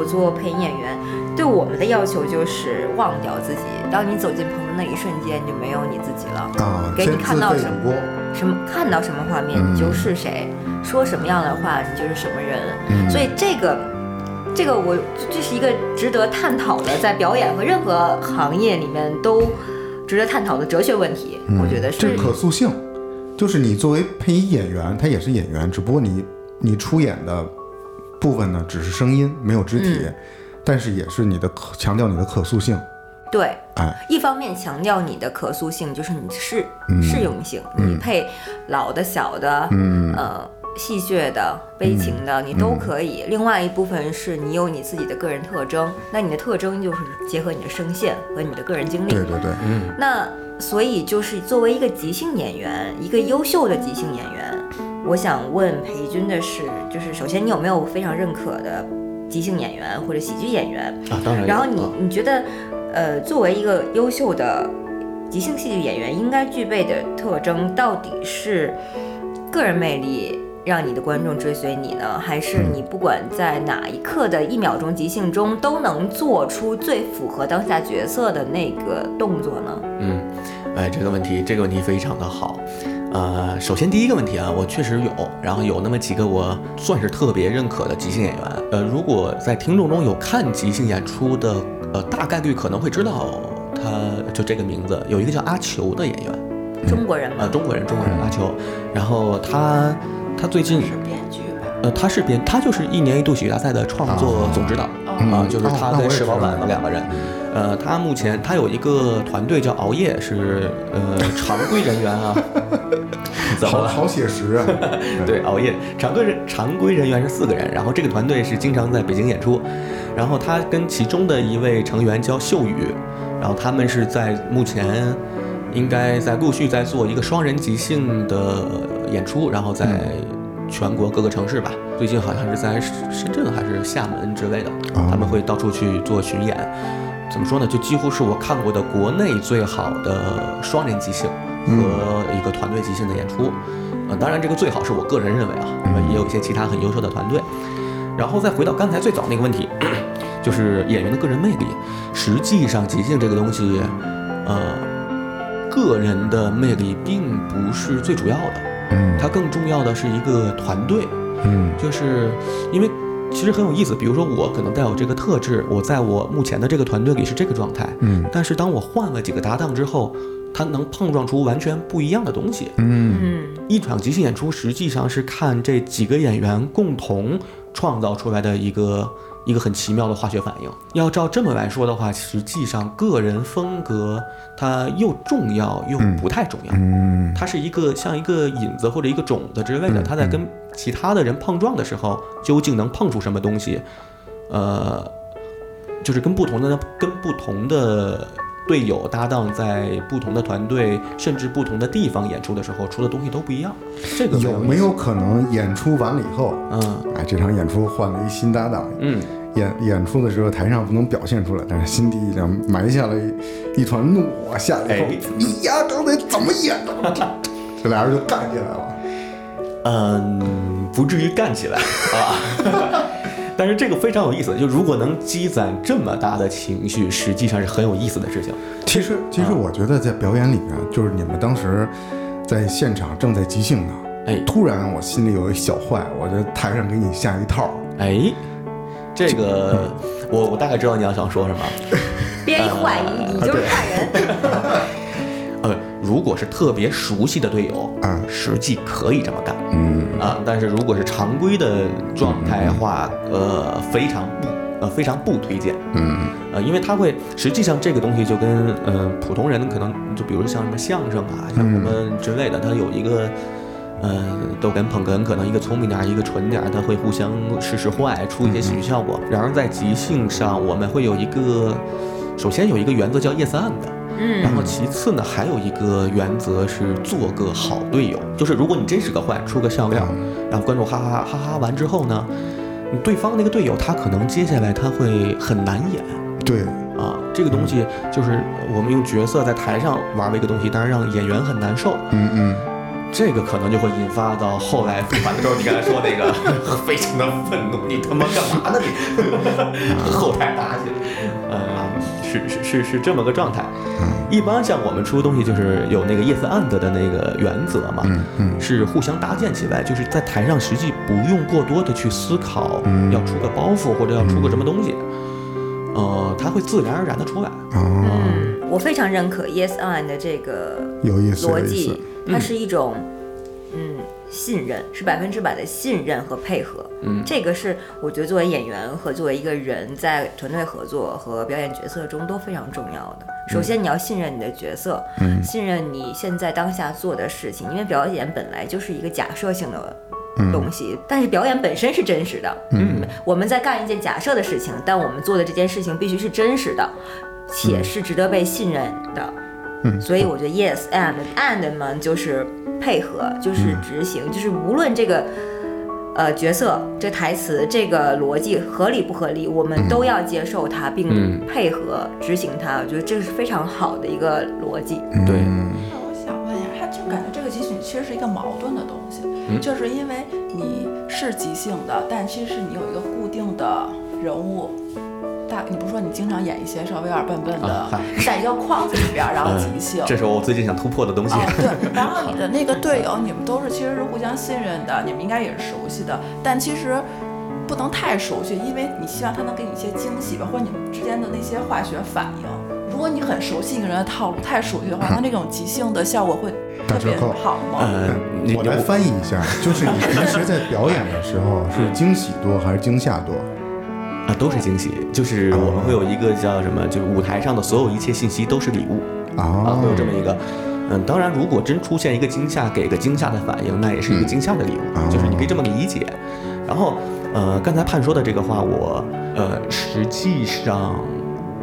Speaker 2: 我做配音演员，对我们的要求就是忘掉自己。当你走进棚的那一瞬间，你就没有你自己了。
Speaker 1: 啊，
Speaker 2: 给你
Speaker 1: 天
Speaker 2: 看
Speaker 1: 自
Speaker 2: 到
Speaker 1: 费
Speaker 2: 什
Speaker 1: 主
Speaker 2: 么
Speaker 1: 播，
Speaker 2: 什么看到什么画
Speaker 1: 嗯
Speaker 2: 面，你就是谁，说什么样的话，你就是什么人。
Speaker 1: 嗯
Speaker 2: 所以这个，这个我这是一个值得探讨的，在表演和任何行业里面都值得探讨的哲学问题。我觉得
Speaker 1: 嗯这
Speaker 2: 是
Speaker 1: 是可塑性，就是你作为配音演员，他也是演员，只不过你你出演的部分呢，只是声音，没有肢
Speaker 2: 嗯
Speaker 1: 体，但是也是你的可强调你的可塑性。
Speaker 2: 对。
Speaker 1: 哎，
Speaker 2: 一方面强调你的可塑性，就是你的适、
Speaker 1: 嗯
Speaker 2: 适用性，你配老的、小的，
Speaker 1: 嗯
Speaker 2: 呃，戏谑的、悲情的，你都可以。另外一部分是你有你自己的个人特征，那你的特征就是结合你的声线和你的个人经历。
Speaker 1: 对对对，
Speaker 3: 嗯
Speaker 2: 那所以就是作为一个即兴演员，一个优秀的即兴演员，我想问裴军的是，就是首先你有没有非常认可的即兴演员或者喜剧演员？
Speaker 3: 啊，当然有，
Speaker 2: 然后
Speaker 3: 啊
Speaker 2: 你你觉得，呃，作为一个优秀的即兴戏剧演员，应该具备的特征到底是个人魅力？让你的观众追随你呢，还是你不管在哪一刻的一秒钟即兴中都能做出最符合当下角色的那个动作呢？
Speaker 3: 嗯，哎，这个问题，这个问题非常的好。呃，首先第一个问题啊，我确实有，然后有那么几个我算是特别认可的即兴演员。呃，如果在听众中有看即兴演出的，呃，大概率可能会知道他就这个名字，有一个叫阿球的演员，
Speaker 2: 中国人
Speaker 3: 呃，
Speaker 2: 吗？
Speaker 3: 中国人，中国人阿球。然后他他最近
Speaker 4: 是编剧吧？
Speaker 3: 呃，他是编，他就是一年一度喜剧大赛的创作总指导啊、
Speaker 4: 哦
Speaker 3: 就是
Speaker 1: 哦那
Speaker 3: 他
Speaker 1: 我也
Speaker 3: 跟石
Speaker 1: 知道
Speaker 3: 老板
Speaker 1: 了
Speaker 3: 两个人。呃，他目前他有一个团队叫熬夜，是呃常规人 员啊，怎么
Speaker 1: 好
Speaker 3: 了？
Speaker 1: 好写实 啊！
Speaker 3: 对，熬夜。常规人常规人员是四个人，然后这个团队是经常在北京演出，然后他跟其中的一位成员叫秀宇，然后他们是在目前应该在陆续在做一个双人即兴的演出，然后在全国各个城市吧。最近好像是在深圳还是厦门之类的，
Speaker 1: 哦
Speaker 3: 他们会到处去做巡演。怎么说呢？就几乎是我看过的国内最好的双人即兴和一个团队即兴的演出。呃，当然这个最好是我个人认为啊，
Speaker 1: 嗯
Speaker 3: 呃也有一些其他很优秀的团队。然后再回到刚才最早那个问题， 就是演员的个人魅力。实际上，即兴这个东西，呃，个人的魅力并不是最主要的，
Speaker 1: 嗯
Speaker 3: 它更重要的是一个团队。
Speaker 1: 嗯
Speaker 3: 就是因为其实很有意思，比如说我可能带有这个特质，我在我目前的这个团队里是这个状态，
Speaker 1: 嗯
Speaker 3: 但是当我换了几个搭档之后，它能碰撞出完全不一样的东西。
Speaker 1: 嗯
Speaker 2: 嗯
Speaker 3: 一场即兴演出实际上是看这几个演员共同创造出来的一个一个很奇妙的化学反应。要照这么来说的话，实际上个人风格它又重要又不太重要。
Speaker 1: 嗯
Speaker 3: 它是一个像一个引子或者一个种子之类的，它在跟其他的人碰撞的时候，究竟能碰出什么东西？呃，就是跟不同的跟不同的队友搭档，在不同的团队甚至不同的地方演出的时候，出的东西都不一样。这个
Speaker 1: 有没有？可能演出完了以后，
Speaker 3: 嗯
Speaker 1: 哎，这场演出换了一新搭档，
Speaker 3: 嗯，
Speaker 1: 演演出的时候台上不能表现出来，但是心底已经埋下了一一团怒火，下来以后
Speaker 3: 哎，
Speaker 1: 你呀刚才怎么演的？ 这这俩人就干起来了。
Speaker 3: 嗯，不至于干起来 啊。但是这个非常有意思，就如果能积攒这么大的情绪，实际上是很有意思的事情。
Speaker 1: 其实，其实我觉得在表演里面，就是你们当时在现场正在即兴呢，
Speaker 3: 哎
Speaker 1: 突然我心里有一小坏，我就台上给你下一套，
Speaker 3: 哎，这 个我我大概知道你要想说什么。
Speaker 2: 别一坏你你就是坏人，
Speaker 3: 呃，如果是特别熟悉的队友，
Speaker 1: 嗯
Speaker 3: 实际可以这么干
Speaker 1: 嗯
Speaker 3: 啊。但是如果是常规的状态的话，呃，非常不呃非常不推荐。
Speaker 1: 嗯
Speaker 3: 呃，因为它会，实际上这个东西就跟呃普通人可能就比如像什么相声啊，像什么之类的，它有一个呃逗哏捧哏，可能一个聪明点儿，一个蠢点儿，它会互相使使坏，出一些喜剧效果。然而在即兴上，我们会有一个，首先有一个原则叫 yes and。然
Speaker 2: 嗯
Speaker 3: 后其次呢，还有一个原则是做个好队友，就是如果你真是个坏，出个笑料，然后观众哈哈哈哈哈完之后呢，嗯对方那个队友他可能接下来他会很难演
Speaker 1: 对，
Speaker 3: 啊。这个东西就是我们用角色在台上玩的一个东西，当然让演员很难受。
Speaker 1: 嗯嗯，
Speaker 3: 这个可能就会引发到后来复盘的时候，你刚才说那个 非常的愤怒，你他妈干嘛呢你？ 后台打起来，呃，是是是是这么个状态。一般像我们出东西就是有那个 yes and 的那个原则嘛，是互相搭建起来，就是在台上实际不用过多的去思考要出个包袱或者要出个什么东西，呃，它会自然而然的出来。
Speaker 1: 哦，
Speaker 2: 嗯，我非常认可 Yes on 的这个
Speaker 1: 有意思，有
Speaker 2: 逻
Speaker 1: 意思
Speaker 2: 辑，，它是一种，嗯，信任，是百分之百的信任和配合。
Speaker 3: 嗯
Speaker 2: 这个是我觉得作为演员和作为一个人在团队合作和表演角色中都非常重要的。首先，你要信任你的角色，
Speaker 1: 嗯
Speaker 2: 信任你现在当下做的事情，因为表演本来就是一个假设性的
Speaker 1: 嗯
Speaker 2: 东西，但是表演本身是真实的。嗯，我们在干一件假设的事情，但我们做的这件事情必须是真实的，且是值得被信任的。
Speaker 1: 嗯
Speaker 2: 所以我觉得 yes and and 嘛，就是配合，就是执行，就是无论这个呃角色、这台词、这个逻辑合理不合理，我们都要接受它，并
Speaker 3: 嗯
Speaker 2: 配合执行它。我觉得这是非常好的一个逻辑。
Speaker 3: 对，
Speaker 1: 嗯
Speaker 4: 那我想问一下，他就感觉这个集训其实是一个矛盾的东西，
Speaker 3: 嗯
Speaker 4: 就是因为你是即兴的，但其实你有一个固定的人物。大，你不是说你经常演一些稍微有点笨笨的
Speaker 3: 啊嗨，
Speaker 4: 在一个框子里边儿，然后
Speaker 3: 嗯
Speaker 4: 即 兴。
Speaker 3: 这是我最近想突破的东西。
Speaker 4: 啊，对，然后你的那个队友，你们都是其实是互相信任的，你们应该也是熟悉的，但其实不能太熟悉，因为你希望他能给你一些惊喜吧，或者你们之间的那些化学反应。如果你很熟悉一个人的套路，太熟悉的话，那这种即兴的效果会
Speaker 1: 嗯打
Speaker 4: 特别
Speaker 1: 折扣嗯
Speaker 4: 好吗？
Speaker 3: 呃，你
Speaker 1: 我来
Speaker 3: 我
Speaker 1: 翻译一下，就是你平时在表演的时候是惊喜多还是惊吓多？
Speaker 3: 啊，都是惊喜，就是我们会有一个叫什么，就是舞台上的所有一切信息都是礼物啊，会
Speaker 1: 哦，
Speaker 3: 有这么一个。嗯，当然，如果真出现一个惊吓，给个惊吓的反应，那也是一个惊吓的礼物，
Speaker 1: 哦
Speaker 3: 就是你可以这么理解。然后，呃，刚才盼说的这个话，我呃，实际上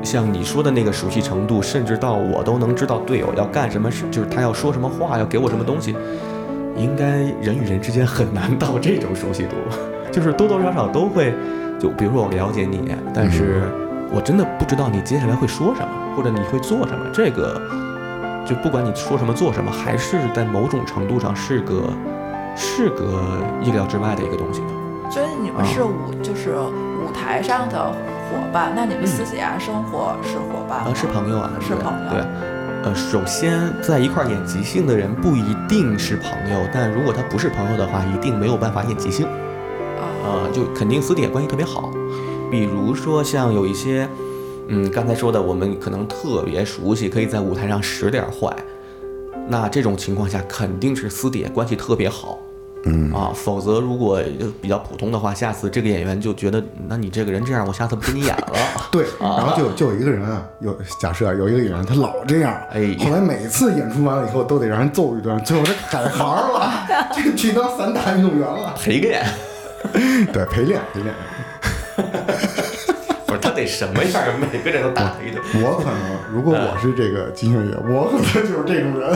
Speaker 3: 像你说的那个熟悉程度，甚至到我都能知道队友要干什么事，就是他要说什么话，要给我什么东西，应该人与人之间很难到这种熟悉度，就是多多少少都会，就比如说我了解你，但是我真的不知道你接下来会说什么，或者你会做什么，这个就不管你说什么做什么，还是在某种程度上是个是个意料之外的一个东西的。
Speaker 4: 所以你们
Speaker 1: 嗯
Speaker 4: 是舞，就是舞台上的伙伴，那你们
Speaker 1: 嗯
Speaker 4: 私底下生活是伙伴吗？
Speaker 3: 啊，是朋友啊，
Speaker 4: 是
Speaker 3: 对
Speaker 4: 朋友
Speaker 3: 对，呃，首先在一块儿演即兴的人不一定是朋友，但如果他不是朋友的话，一定没有办法演即兴。
Speaker 4: 啊，
Speaker 3: 啊，就肯定私底下关系特别好。比如说像有一些，嗯，刚才说的，我们可能特别熟悉，可以在舞台上使点坏。那这种情况下，肯定是私底下关系特别好。嗯啊，否则如果就比较普通的话，下次这个演员就觉得，那你这个人这样，我下次不跟你演 了。
Speaker 1: 对，然后就就有一个人啊，有假设有一个演员他老这样，
Speaker 3: 哎
Speaker 1: 后来每次演出完了以后都得让人揍一顿，最后他改行 了，去去当散打运动员了。
Speaker 3: 陪练，
Speaker 1: 对，陪练陪练，
Speaker 3: 不是他得什么样儿，每个人都打他一顿。
Speaker 1: 我可能如果我是这个金星宇，我可能就是这种人，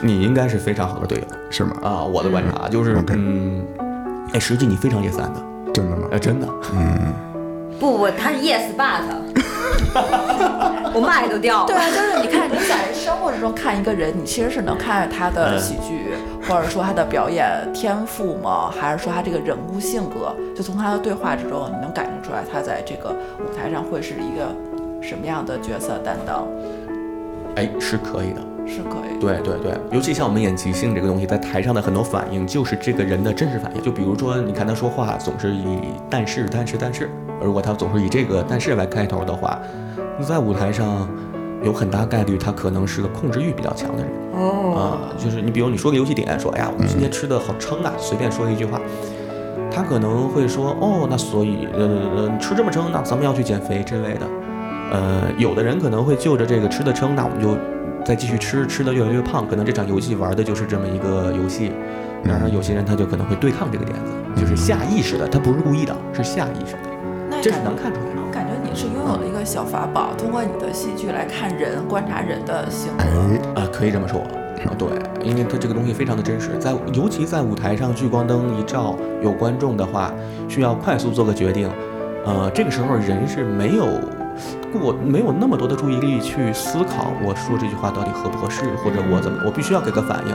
Speaker 3: 你应该是非常好的队友
Speaker 1: 是吗？
Speaker 3: 啊，我的观察就是，
Speaker 1: OK
Speaker 3: 嗯，哎，实际你非常野三的，
Speaker 1: 真的吗？
Speaker 3: 哎，真的。
Speaker 2: 不不，他是 yes but，我麦都掉了。
Speaker 4: 对啊，就是你看你在生活之中看一个人，你其实是能看他的喜剧，或者说他的表演天赋吗？还是说他这个人物性格？就从他的对话之中，你能感觉出来他在这个舞台上会是一个什么样的角色担当，
Speaker 3: 哎，是可以的。
Speaker 4: 是可以。
Speaker 3: 对对对，尤其像我们演即兴这个东西，在台上的很多反应就是这个人的真实反应。就比如说，你看他说话总是以但是但是但是，如果他总是以这个但是来开头的话，那在舞台上有很大概率他可能是个控制欲比较强的人。
Speaker 2: 哦，
Speaker 3: 啊，就是你比如你说个游戏点，说哎呀，我们今天吃的好撑啊，随便说一句话，他可能会说哦，那所以呃呃吃这么撑，那咱们要去减肥之类的。呃，有的人可能会就着这个吃的撑，那我们就再继续吃，吃的越来越胖，可能这场游戏玩的就是这么一个游戏。然而有些人他就可能会对抗这个点子，就是下意识的，他不是故意的，是下意识的，
Speaker 4: 那
Speaker 3: 这是
Speaker 4: 感觉
Speaker 3: 能看出来的。
Speaker 4: 感觉你是拥有了一个小法宝，通过你的戏剧来看人，观察人的性格。
Speaker 1: 哎
Speaker 3: 啊，可以这么说。啊，对，因为它这个东西非常的真实，在尤其在舞台上，聚光灯一照，有观众的话，需要快速做个决定。呃，这个时候人是没有过没有那么多的注意力去思考，我说这句话到底合不合适，或者我怎么，我必须要给个反应。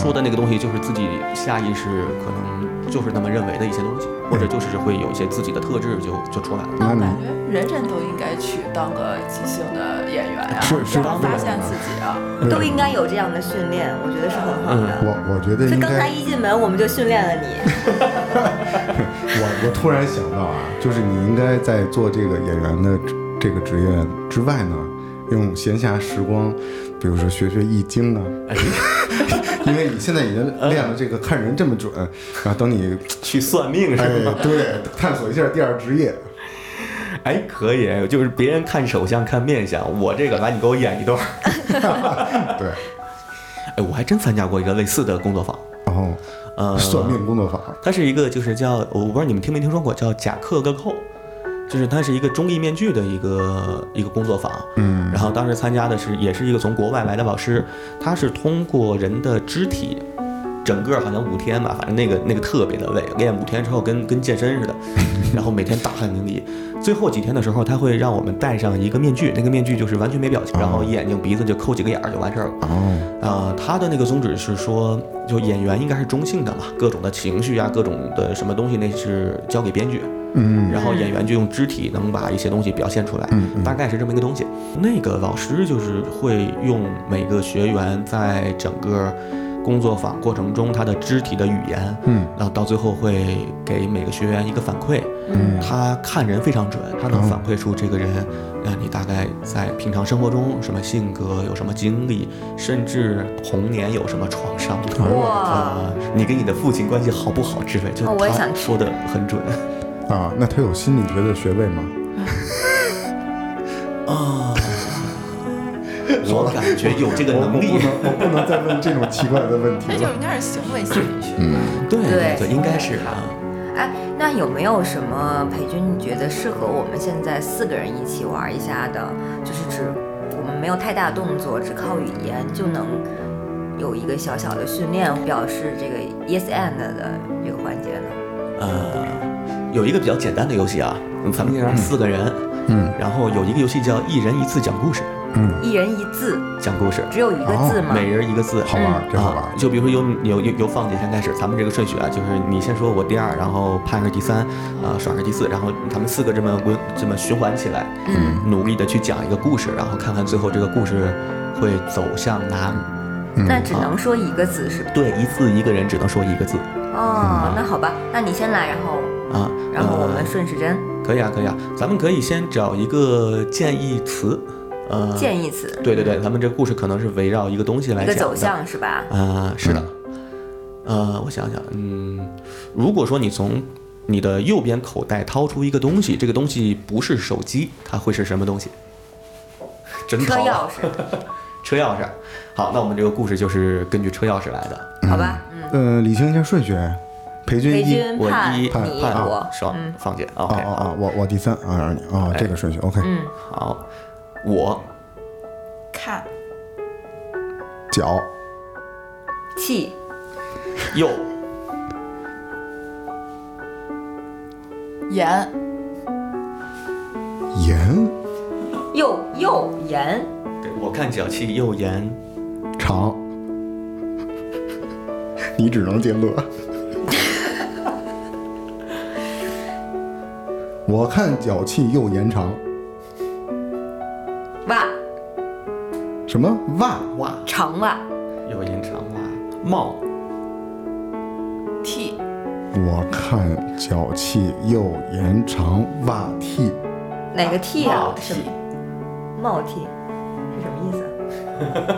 Speaker 3: 说的那个东西就是自己下意识可能就是那么认为的一些东西，或者就是会有一些自己的特质就就出来了。
Speaker 1: 那
Speaker 4: 我
Speaker 1: 你
Speaker 4: 感觉人人都应该去当个即兴的演员呀、啊，
Speaker 1: 是是
Speaker 4: 然后
Speaker 1: 这
Speaker 4: 发
Speaker 1: 样
Speaker 4: 现
Speaker 1: 的
Speaker 4: 自己啊，
Speaker 2: 都应该有这样的训练，我觉得是很好的。
Speaker 1: 我我觉得
Speaker 2: 所
Speaker 1: 应
Speaker 2: 以刚才
Speaker 1: 该，
Speaker 2: 一进门我们就训练了你，
Speaker 1: 我我突然想到啊，就是你应该在做这个演员的这个职业之外呢，用闲暇时光，比如说学学易经啊，
Speaker 3: 哎
Speaker 1: 因为你现在已经
Speaker 3: 嗯
Speaker 1: 练了这个看人这么准，然后等 你
Speaker 3: 去算命
Speaker 1: 哎对探索一下第二职业，
Speaker 3: 哎，可以，就是别人看手相看面相，我这个来你给我演一段。
Speaker 1: 对，
Speaker 3: 哎，我还真参加过一个类似的工作坊，
Speaker 1: 然后
Speaker 3: 呃，
Speaker 1: 哦算命工作坊，
Speaker 3: 它是一个就是叫我不知道你们听没听说过叫贾克个扣，就是它是一个中立面具的一个一个工作坊，嗯，然后当时参加的是也是一个从国外来的老师，他是通过人的肢体。整个好像五天吧，反正那个那个特别的累，练五天之后跟跟健身似的，然后每天大汗淋漓。最后几天的时候，他会让我们戴上一个面具，那个面具就是完全没表情，然后眼睛鼻子就抠几个眼儿就完事儿了。
Speaker 1: 哦，
Speaker 3: 呃，他的那个宗旨是说，就演员应该是中性的嘛，各种的情绪啊，各种的什么东西，那是交给编剧，
Speaker 1: 嗯，
Speaker 3: 然后演员就用肢体能把一些东西表现出来，大概是这么一个东西。那个老师就是会用每个学员在整个工作坊过程中他的肢体的语言，
Speaker 1: 嗯，
Speaker 3: 然后到最后会给每个学员一个反馈，
Speaker 1: 嗯
Speaker 3: 他看人非常准，他能
Speaker 1: 哦
Speaker 3: 反馈出这个人，呃，你大概在平常生活中什么性格，有什么经历，甚至童年有什么创伤，呃
Speaker 2: 哇
Speaker 1: 哦
Speaker 3: 啊、你跟你的父亲关系好不好之类，就
Speaker 2: 哦我也
Speaker 3: 他
Speaker 2: 想
Speaker 3: 说的很准。
Speaker 1: 啊，那他有心理学的学位吗？
Speaker 3: 我感觉有这个
Speaker 1: 我
Speaker 3: 哎能
Speaker 1: 我
Speaker 3: 力
Speaker 1: 不。能，我不能再问这种奇怪的问题
Speaker 4: 那就
Speaker 1: 了。嗯
Speaker 4: 应该是行为心理学。
Speaker 3: 对
Speaker 2: 对
Speaker 3: 应该是啊。
Speaker 2: 哎，那有没有什么裴军你觉得适合我们现在四个人一起玩一下的？就是只我们没有太大动作，只靠语言就能有一个小小的训练，表示这个 yes and 的这个环节呢？
Speaker 3: 呃，有一个比较简单的游戏啊，咱们那边四个人，
Speaker 1: 嗯，
Speaker 3: 然后有一个游戏叫一人一次讲故事，
Speaker 2: 一人一字，
Speaker 3: 讲故事，
Speaker 2: 只有一个字吗？
Speaker 3: 每人一个字，
Speaker 1: 好玩儿，真好玩
Speaker 3: 啊
Speaker 1: 儿。
Speaker 3: 就比如说由你由由由放姐先开始，咱们这个顺序啊，就是你先说我第二，然后盼是第三，啊、爽是第四，然后咱们四个这么滚这么循环起来，
Speaker 2: 嗯，
Speaker 3: 努力的去讲一个故事，然后看看最后这个故事会走向哪里。
Speaker 2: 那只能说一个字是吧？
Speaker 3: 对，一次一个人只能说一个字
Speaker 2: 哦，那好吧，那你先来，然后
Speaker 3: 啊。
Speaker 2: 然后我
Speaker 3: 呃
Speaker 2: 们顺时针
Speaker 3: 可以啊，可以啊，咱们可以先找一个建议词，呃，
Speaker 2: 建议词，
Speaker 3: 对对对，咱们这个故事可能是围绕一个东西来
Speaker 2: 一
Speaker 3: 讲的
Speaker 2: 个走向是吧？
Speaker 3: 啊、是的，呃，我想想，嗯，如果说你从你的右边口袋掏出一个东西，这个东西不是手机，它会是什么东西？ 真
Speaker 2: 车
Speaker 3: 淘
Speaker 2: 钥
Speaker 3: 啊，
Speaker 2: 匙，
Speaker 3: 车钥匙。好，那我们这个故事就是根据车钥匙来的。
Speaker 2: 好吧？嗯，
Speaker 1: 呃，理清一下顺序，裴军
Speaker 2: 裴
Speaker 1: 一，
Speaker 2: 军
Speaker 3: 我
Speaker 2: 盼
Speaker 3: 一啊
Speaker 2: 你
Speaker 1: 盼盼
Speaker 2: 我，嗯
Speaker 3: 爽，放姐
Speaker 1: 哦
Speaker 3: ，OK，
Speaker 1: 哦哦，我我第三啊，让你啊，这个顺序 OK，
Speaker 2: 嗯，
Speaker 3: 好，我
Speaker 4: 看
Speaker 1: 脚
Speaker 2: 气
Speaker 3: 右
Speaker 4: 盐
Speaker 1: 盐
Speaker 2: 又又言
Speaker 3: 对，我看脚气右沿，
Speaker 1: 长， 你只能接乐。我看脚气又延长，
Speaker 2: 袜
Speaker 1: 什么袜
Speaker 3: 哇，
Speaker 2: 长袜
Speaker 3: 右沿长袜，帽，
Speaker 4: T
Speaker 1: 我看脚气又延长，袜替
Speaker 2: 哪个 T 啊
Speaker 3: 帽？
Speaker 2: 什
Speaker 3: T
Speaker 2: 么帽 T 是什么意思？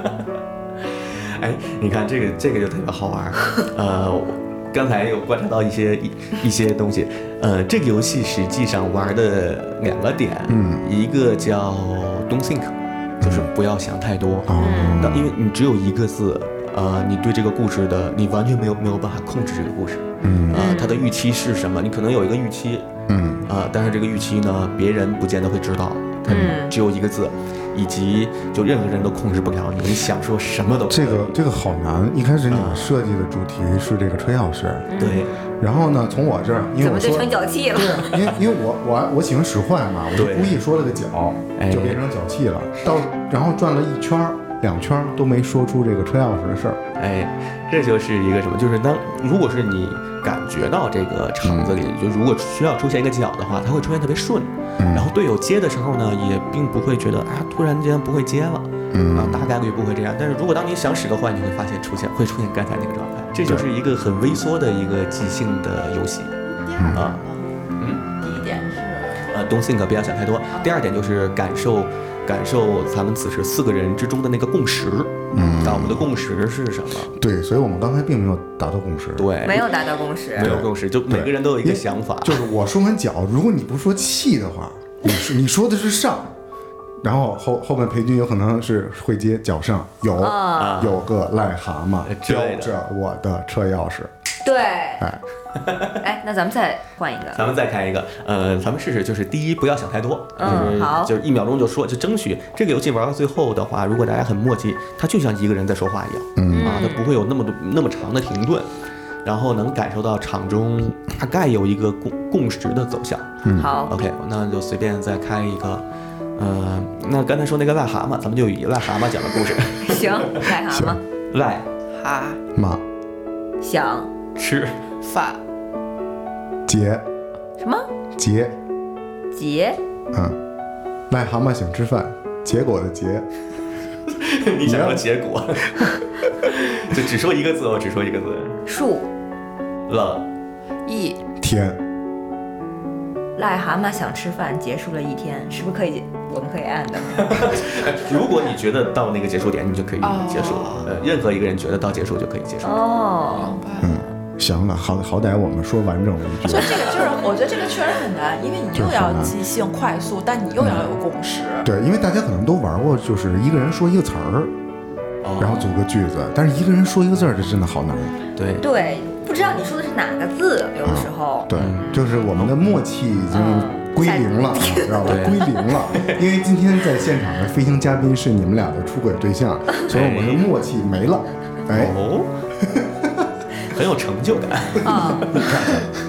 Speaker 3: 哎，你看这个这个就特别好玩儿。呃，我刚才有观察到一些一一些东西。呃，这个游戏实际上玩的两个点，嗯，一个叫 don't think，就是不要想太多。
Speaker 1: 嗯哦，
Speaker 3: 那因为你只有一个字，呃，你对这个故事的，你完全没有没有办法控制这个故事。
Speaker 1: 嗯
Speaker 3: 呃，它的预期是什么？你可能有一个预期，
Speaker 1: 嗯
Speaker 3: 啊，但是这个预期呢，别人不见得会知道，它
Speaker 2: 嗯
Speaker 3: 只有一个字，以及就任何人都控制不了你，你想说什么都可以
Speaker 1: 这个这个好难。一开始你们设计的主题是这个车钥匙，
Speaker 3: 对，
Speaker 1: 然后呢，从我这儿，因为
Speaker 2: 嗯怎么
Speaker 1: 我
Speaker 2: 就
Speaker 1: 说，
Speaker 2: 成脚气了？
Speaker 1: 对啊，因为因为我我我喜欢使坏嘛，我就
Speaker 3: 对
Speaker 1: 故意说了个脚，
Speaker 3: 哎
Speaker 1: 就变成脚气了。到然后转了一圈儿两圈儿都没说出这个车钥匙的事儿。
Speaker 3: 哎，这就是一个什么？就是当如果是你感觉到这个场子里，就如果需要出现一个脚的话，它会出现特别顺，然后队友接的时候呢，也并不会觉得啊，突然间不会接了，啊，大概率不会这样。但是如果当你想使个坏，你会发现出现会出现刚才那个状态，这就是一个很微缩的一个即兴的游戏。
Speaker 4: 第二点
Speaker 3: 啊
Speaker 4: 呢？嗯，第一点是
Speaker 3: 呃，don't think，不要想太多。第二点就是感受，感受咱们此时四个人之中的那个共识。嗯，那我们的共识是什么？
Speaker 1: 对，所以我们刚才并没有达到共识。
Speaker 3: 对，
Speaker 2: 没有达到共识
Speaker 3: 没，有共识，就每个人都有一
Speaker 1: 因
Speaker 3: 个
Speaker 1: 为
Speaker 3: 想法。
Speaker 1: 就是我说完脚，如果你不说气的话，你说你说的是上，然后后后面裴军有可能是会接脚上有、
Speaker 2: 啊
Speaker 1: 有个癞蛤蟆
Speaker 3: 呃之
Speaker 1: 叼
Speaker 3: 类的
Speaker 1: 着我哎的车钥匙，
Speaker 2: 对，
Speaker 1: 哎，
Speaker 2: 哎，那咱们再换一个，
Speaker 3: 咱们再看一个，呃，咱们试试，就是第一不要想太多，
Speaker 2: 嗯
Speaker 3: 就是
Speaker 2: 好
Speaker 3: 就是一秒钟就说，就争取这个游戏玩到最后的话，如果大家很默契，它就像一个人在说话一样，嗯啊，它不会有那么多那么长的停顿，然后能感受到场中大概有一个共共识的走向。
Speaker 1: 嗯
Speaker 2: 好，
Speaker 3: OK，那就随便再开一个，呃，那刚才说那个癞蛤蟆，咱们就以癞蛤蟆讲的故事，
Speaker 2: 行，癞蛤蟆
Speaker 3: 癞
Speaker 4: 哈
Speaker 1: 马
Speaker 2: 想
Speaker 3: 吃
Speaker 4: 法
Speaker 1: 杰
Speaker 2: 什么
Speaker 1: 杰，
Speaker 2: 结
Speaker 1: 嗯，癞蛤蟆请吃饭，结果的结，
Speaker 3: 你想说结果， 就只说一个字哦，只说一个字，
Speaker 2: 树
Speaker 3: 了。
Speaker 4: E
Speaker 1: 天
Speaker 2: 癞蛤蟆想吃饭，结束了一天，是不是可以？我们可以按 的，
Speaker 3: 哎如果你觉得到那个结束点，你就可以结束。
Speaker 4: 哦
Speaker 3: 呃，任何一个人觉得到结束就可以结束。
Speaker 2: 哦，
Speaker 4: 明白了。
Speaker 1: 嗯，行了，好好歹我们说完整了一句
Speaker 4: 所以。这个就是，我觉得这个确实很难，因为你
Speaker 1: 就
Speaker 4: 又
Speaker 1: 很
Speaker 4: 要
Speaker 1: 难
Speaker 4: 即兴快速，但你又要有共识。
Speaker 1: 对，因为大家可能都玩过，就是一个人说一个词儿，
Speaker 3: 哦
Speaker 1: 然后组个句子，但是一个人说一个字儿，这真的好难。
Speaker 3: 对，
Speaker 2: 对，不知道你说的是哪个字，有的时候。
Speaker 1: 啊对，
Speaker 3: 嗯
Speaker 1: 就是我们的默契已经归零了，
Speaker 2: 嗯
Speaker 1: 你知道吧？归零了，因为今天在现场的飞行嘉宾是你们俩的出轨对象，所以我们的默契没了。哎，
Speaker 3: 哦， 很有成就感。
Speaker 2: 啊，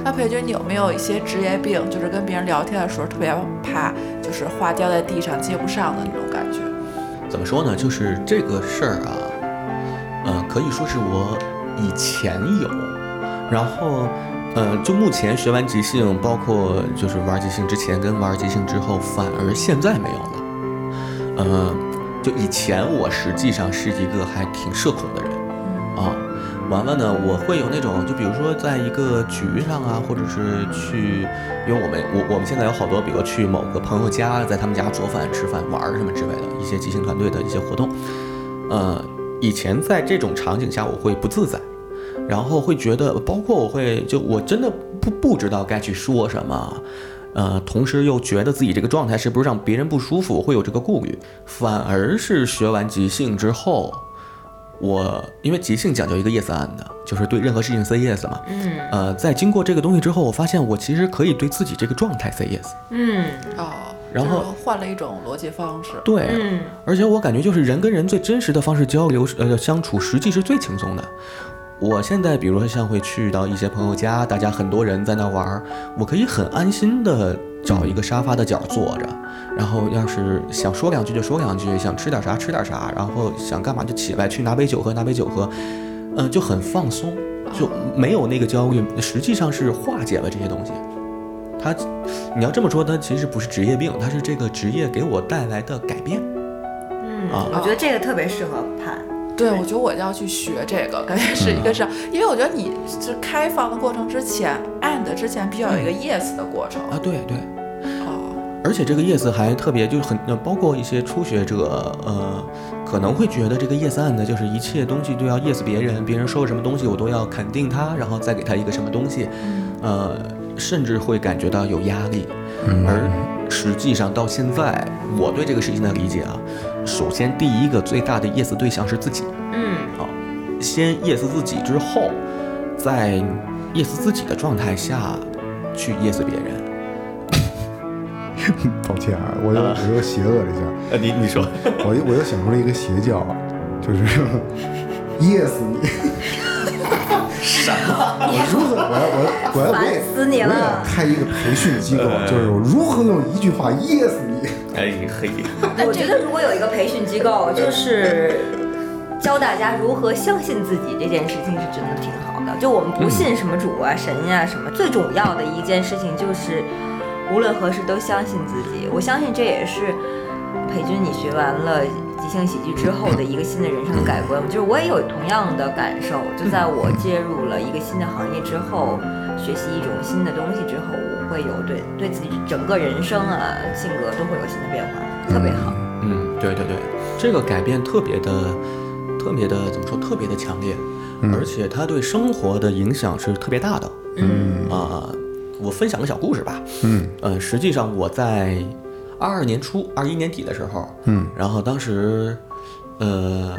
Speaker 4: 那裴军，你有没有一些职业病，就是跟别人聊天的时候特别怕，就是话掉在地上接不上的那种感觉？
Speaker 3: 怎么说呢？就是这个事儿啊，呃，可以说是我以前有，然后，呃，就目前学完即兴，包括就是玩即兴之前跟玩即兴之后，反而现在没有了。呃，就以前我实际上是一个还挺社恐的人啊。完了呢，我会有那种，就比如说在一个局上啊，或者是去，因为我们我我们现在有好多，比如去某个朋友家，在他们家做饭、吃饭、玩儿什么之类的一些即兴团队的一些活动。呃，以前在这种场景下我会不自在，然后会觉得，包括我会就我真的不不知道该去说什么，呃，同时又觉得自己这个状态是不是让别人不舒服，我会有这个顾虑。反而是学完即兴之后，我因为即兴讲究一个 yes and，就是对任何事情 say yes 嘛。嗯。呃，在经过这个东西之后，我发现我其实可以对自己这个状态 say yes。
Speaker 2: 嗯
Speaker 4: 哦，
Speaker 3: 然后
Speaker 4: 就是换了一种逻辑方式。
Speaker 3: 对，
Speaker 2: 嗯，
Speaker 3: 而且我感觉就是人跟人最真实的方式交流，呃，相处实际是最轻松的。我现在比如说像会去到一些朋友家，大家很多人在那玩儿，我可以很安心的找一个沙发的角坐着，然后要是想说两句就说两句，想吃点啥吃点啥，然后想干嘛就起来去拿杯酒喝拿杯酒喝，嗯、就很放松，就没有那个焦虑，实际上是化解了这些东西。它，你要这么说，它其实不是职业病，它是这个职业给我带来的改变。啊
Speaker 2: 我觉得这个特别适合判。
Speaker 4: 对，我觉得我要去学这个，感觉是一个是，因为我觉得你是开放的过程之前，and 之前必须要有一个 yes 的过程。
Speaker 3: 啊，对对，
Speaker 4: 嗯哦，
Speaker 3: 而且这个 yes 还特别，就是很呃包括一些初学者，呃，可能会觉得这个 yes and 就是一切东西都要 yes 别人，别人说什么东西我都要肯定他，然后再给他一个什么东西，呃，甚至会感觉到有压力。而实际上到现在，我对这个事情的理解啊，首先第一个最大的 yes 对象是自己，
Speaker 2: 嗯
Speaker 3: 啊，先 yes 自己之后，在 yes 自己的状态下去 yes 别人。
Speaker 1: 抱歉啊，我又我又邪恶了一下。
Speaker 3: 呃，你你说。
Speaker 1: 我又我又想出了一个邪教，啊就是 yes 你。 我如何？我要我要我要我也
Speaker 2: 烦死你了
Speaker 1: 我也要开一个培训机构，就是我如何用一句话 yes 你。
Speaker 3: 哎嘿，
Speaker 2: 我觉得如果有一个培训机构，就是教大家如何相信自己这件事情是真的挺好的。就我们不信什么主啊、神呀、什么，最重要的一件事情就是，无论何时都相信自己。我相信这也是裴军你学完了。即兴喜剧之后的一个新的人生改观，就是我也有同样的感受。就在我介入了一个新的行业之后，学习一种新的东西之后，我会有对对自己整个人生啊、性格都会有新的变化，特别好。
Speaker 3: 嗯，对对对，这个改变特别的，特别的怎么说？特别的强烈，
Speaker 1: 嗯
Speaker 3: 而且它对生活的影响是特别大的。嗯啊、我分享个小故事吧。
Speaker 1: 嗯
Speaker 3: 呃，实际上我在二二年初、二一年底的时候，
Speaker 1: 嗯，
Speaker 3: 然后当时，呃，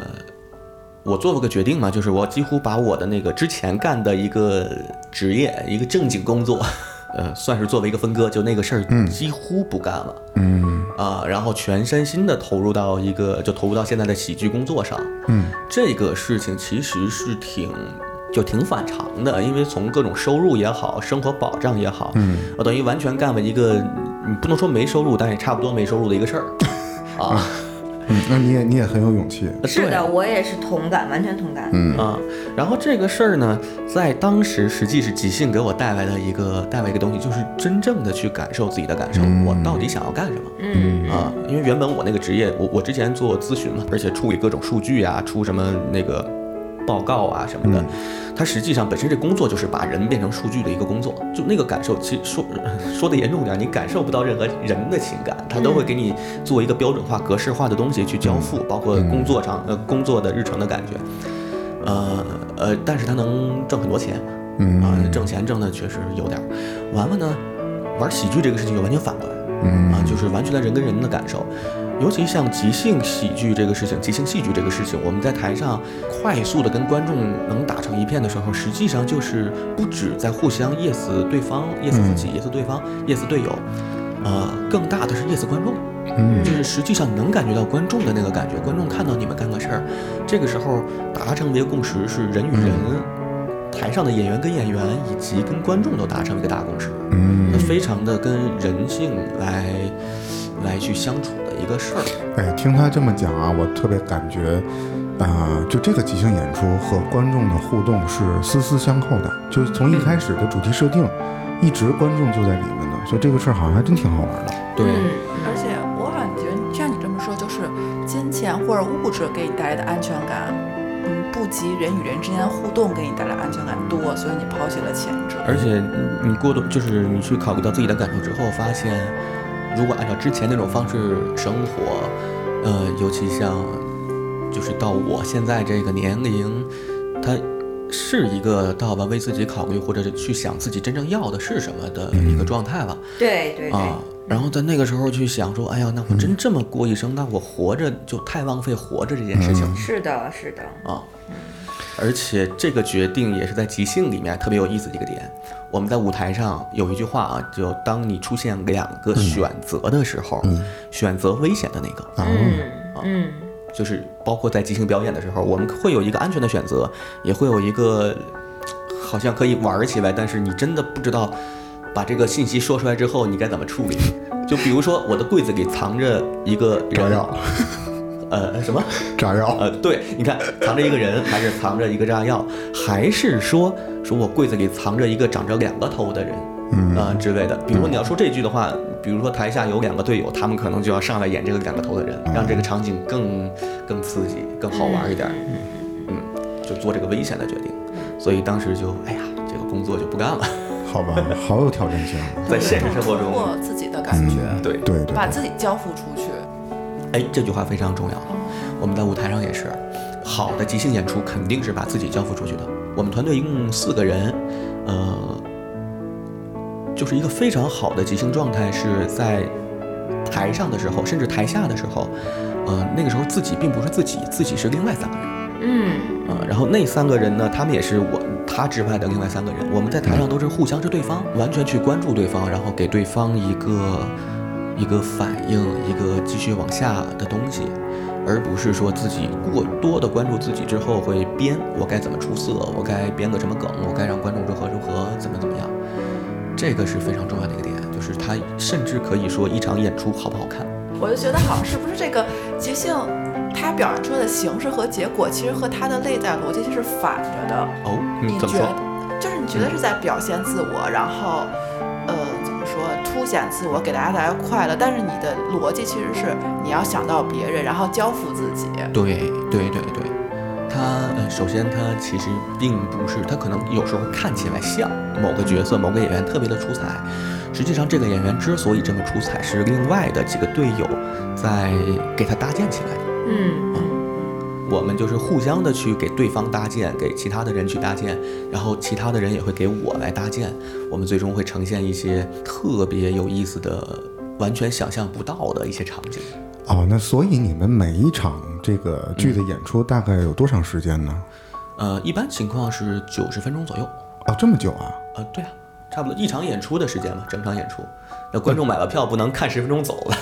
Speaker 3: 我做了个决定嘛，就是我几乎把我的那个之前干的一个职业、一个正经工作， 呃，算是作为一个分割，就那个事儿几乎不干了。
Speaker 1: 嗯
Speaker 3: 啊，然后全身心的投入到一个就投入到现在的喜剧工作上，
Speaker 1: 嗯，
Speaker 3: 这个事情其实是挺就挺反常的，因为从各种收入也好，生活保障也好，嗯，我等于完全干了一个你不能说没收入，但也差不多没收入的一个事儿，啊，
Speaker 1: 嗯，那你也你也很有勇气。
Speaker 2: 是
Speaker 3: 呃对
Speaker 2: 的，我也是同感，完全同感。
Speaker 1: 嗯
Speaker 3: 啊，然后这个事儿呢，在当时实际是即兴给我带来的一个带来一个东西，就是真正的去感受自己的感受，我到底想要干什么。
Speaker 2: 嗯
Speaker 3: 啊，因为原本我那个职业，我我之前做咨询嘛，而且处理各种数据啊，出什么那个报告啊什么的，它实际上本身这工作就是把人变成数据的一个工作，就那个感受，其实说 说的严重点儿，你感受不到任何人的情感，它都会给你做一个标准化、格式化的东西去交付，包括工作上呃工作的日程的感觉，呃呃，但是它能挣很多钱。
Speaker 1: 嗯
Speaker 3: 啊，挣钱挣的确实有点儿。玩玩呢，玩喜剧这个事情就完全反过来，
Speaker 1: 嗯
Speaker 3: 啊，就是完全的人跟人的感受。尤其像即兴喜剧这个事情，即兴戏剧这个事情，我们在台上快速的跟观众能打成一片的时候，实际上就是不止在互相 yes 对方，yes 自
Speaker 1: 嗯
Speaker 3: 己，yes 对方，yes 队友，呃，更大的是 yes 观众。
Speaker 1: 嗯
Speaker 3: 就是实际上能感觉到观众的那个感觉，观众看到你们干个事儿，这个时候达成的一个共识是人与人，
Speaker 1: 嗯
Speaker 3: 台上的演员跟演员以及跟观众都达成一个大共识，
Speaker 1: 嗯
Speaker 3: 那，非常的跟人性来来去相处的一个事儿。
Speaker 1: 哎，听他这么讲啊，我特别感觉，啊、就这个即兴演出和观众的互动是丝丝相扣的，就是从一开始的主题设定，一直观众就在里面呢，所以这个事儿好像还真挺好玩的。
Speaker 2: 嗯
Speaker 3: 对
Speaker 4: 而且我感觉像你这么说，就是金钱或者物质给你带来的安全感，嗯，不及人与人之间的互动给你带来的安全感多，所以你抛弃了前者。
Speaker 3: 而且你你过度就是你去考虑到自己的感受之后，发现如果按照之前那种方式生活，呃，尤其像就是到我现在这个年龄，它是一个到晚为自己考虑或者是去想自己真正要的是什么的一个状态了、
Speaker 2: 对对对，
Speaker 3: 啊。然后在那个时候去想说，哎呀，那我真这么过一生，那我活着就太浪费活着这件事情了。
Speaker 2: 是的，是的，
Speaker 3: 啊。而且这个决定也是在即兴里面特别有意思的一个点。我们在舞台上有一句话啊，就当你出现两个选择的时候，选择危险的那个，
Speaker 1: 啊，
Speaker 2: 嗯嗯，
Speaker 3: 就是包括在即兴表演的时候，我们会有一个安全的选择，也会有一个好像可以玩儿起来，但是你真的不知道把这个信息说出来之后你该怎么处理。就比如说我的柜子里藏着一个
Speaker 1: 炸
Speaker 3: 人，
Speaker 1: 药，
Speaker 3: 呃，什么？
Speaker 1: 炸药，
Speaker 3: 呃，对，你看，藏着一个人，还是藏着一个炸药，还是说说我柜子里藏着一个长着两个头的人，嗯啊、之类的。比如你要说这句的话，比如说台下有两个队友，他们可能就要上来演这个两个头的人，让这个场景更更刺激、更好玩一点儿。嗯，就做这个危险的决定。所以当时就，哎呀，这个工作就不干了，
Speaker 1: 好吧，好有挑战性啊。
Speaker 3: 在现实生活
Speaker 4: 突
Speaker 3: 中，
Speaker 4: 破自己的感觉，
Speaker 3: 嗯对
Speaker 1: 对对，
Speaker 4: 把自己交付出去。
Speaker 3: 哎，这句话非常重要。啊我们在舞台上也是，好的即兴演出肯定是把自己交付出去的。我们团队一共四个人，呃，就是一个非常好的即兴状态是在台上的时候，甚至台下的时候，呃，那个时候自己并不是自己，自己是另外三个人。
Speaker 2: 嗯，
Speaker 3: 啊、然后那三个人呢，他们也是我他之外的另外三个人，我们在台上都是互相是对方，完全去关注对方，然后给对方一个一个反应，一个继续往下的东西，而不是说自己过多的关注自己之后会编我该怎么出色，我该编个什么梗，我该让观众如何如何怎么怎么样，这个是非常重要的一个点，就是他甚至可以说一场演出好不好看，
Speaker 4: 我就觉得好像是不是这个即兴，它表现出来的形式和结果，其实和它的内在逻辑是反着的。
Speaker 3: 哦，
Speaker 4: 你
Speaker 3: 怎
Speaker 4: 觉
Speaker 3: 么说嗯
Speaker 4: 得？就是你觉得是在表现自我，然后，呃，怎么说，凸显自我，给大家带来快乐。但是你的逻辑其实是你要想到别人，然后交付自己。
Speaker 3: 对对对对，他呃，首先他其实并不是，他可能有时候看起来像某个角色、某个演员特别的出彩，实际上这个演员之所以这么出彩，是另外的几个队友在给他搭建起来的。
Speaker 2: 嗯，
Speaker 3: 我们就是互相的去给对方搭建，给其他的人去搭建，然后其他的人也会给我来搭建，我们最终会呈现一些特别有意思的、完全想象不到的一些场景。
Speaker 1: 哦，那所以你们每一场这个剧的演出大概有多长时间呢？
Speaker 3: 呃，一般情况是九十分钟左右。
Speaker 1: 哦，这么久啊？
Speaker 3: 啊，对啊，差不多一场演出的时间嘛，整场演出。那观众买了票不能看十分钟走了，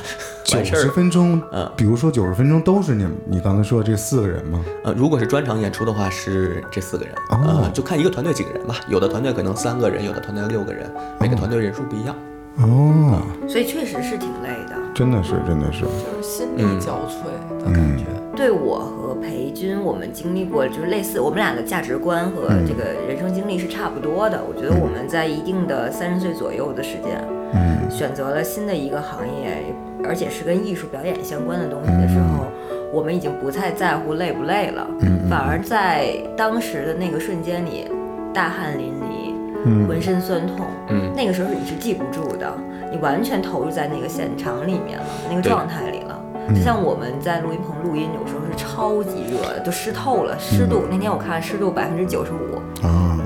Speaker 1: 九
Speaker 3: 完事儿
Speaker 1: 十
Speaker 3: 了。
Speaker 1: 分钟，
Speaker 3: 嗯
Speaker 1: 比如说九十分钟都是你们你刚才说的这四个人吗？
Speaker 3: 呃，如果是专场演出的话，是这四个人，
Speaker 1: 哦
Speaker 3: 呃，就看一个团队几个人吧。有的团队可能三个人，有的团队六个人，每个团队人数不一样。
Speaker 1: 哦，
Speaker 2: 所以确实是挺累的。
Speaker 1: 真的是，真的是，
Speaker 4: 就是心力
Speaker 3: 嗯
Speaker 4: 交瘁的感觉。
Speaker 2: 对我和裴军，我们经历过就是类似，我们俩的价值观和这个人生经历是差不多的。我觉得我们在一定的三十岁左右的时间，
Speaker 1: 嗯
Speaker 2: 选择了新的一个行业，而且是跟艺术表演相关的东西的时候，我们已经不太在乎累不累了，反而在当时的那个瞬间里，大汗淋漓。浑身酸痛，
Speaker 3: 嗯
Speaker 2: 那个时候你是记不住的，你完全投入在那个现场里面了，那个
Speaker 3: 对
Speaker 2: 状态里了。就像我们在录音棚录音，有时候是超级热的，都湿透了，湿度、那天我看湿度百分之九十五，
Speaker 1: 啊，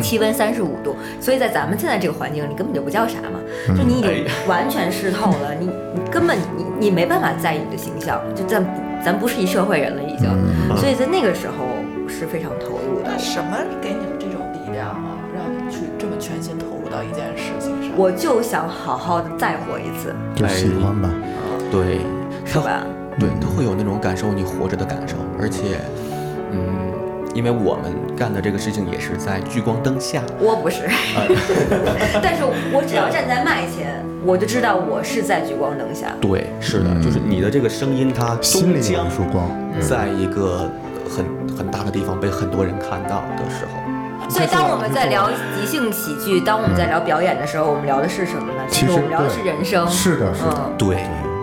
Speaker 2: 气温三十五度，所以在咱们现在这个环境，你根本就不叫啥嘛，就你已经完全湿透了，你你根本你你没办法在意你的形象，就咱不咱不是一社会人了已经，所以在那个时候是非常投入的
Speaker 4: 那。什么给你们这种力量啊，让你们去这么全心投入到一件事情上？
Speaker 2: 我就想好好的再活一次，
Speaker 1: 就
Speaker 3: 哎
Speaker 1: 喜欢吧。
Speaker 3: 对，
Speaker 2: 是吧？
Speaker 3: 对，他会有那种感受，你活着的感受，而且，嗯，因为我们干的这个事情也是在聚光灯下，
Speaker 2: 我不是， 但是我只要站在麦前，我就知道我是在聚光灯下。
Speaker 3: 对，是的，就是你的这个声音，它
Speaker 1: 嗯心
Speaker 3: 终
Speaker 1: 里有
Speaker 3: 将
Speaker 1: 一束光，
Speaker 2: 嗯
Speaker 3: 在一个很很大的地方被很多人看到的时候，
Speaker 2: 所以，当我们在聊即兴喜剧，当我们在聊表演的时候，我们聊的是什么呢？
Speaker 1: 其实
Speaker 2: 实我们聊的
Speaker 1: 对
Speaker 2: 是人生。嗯
Speaker 1: 是的，是的，
Speaker 3: 对，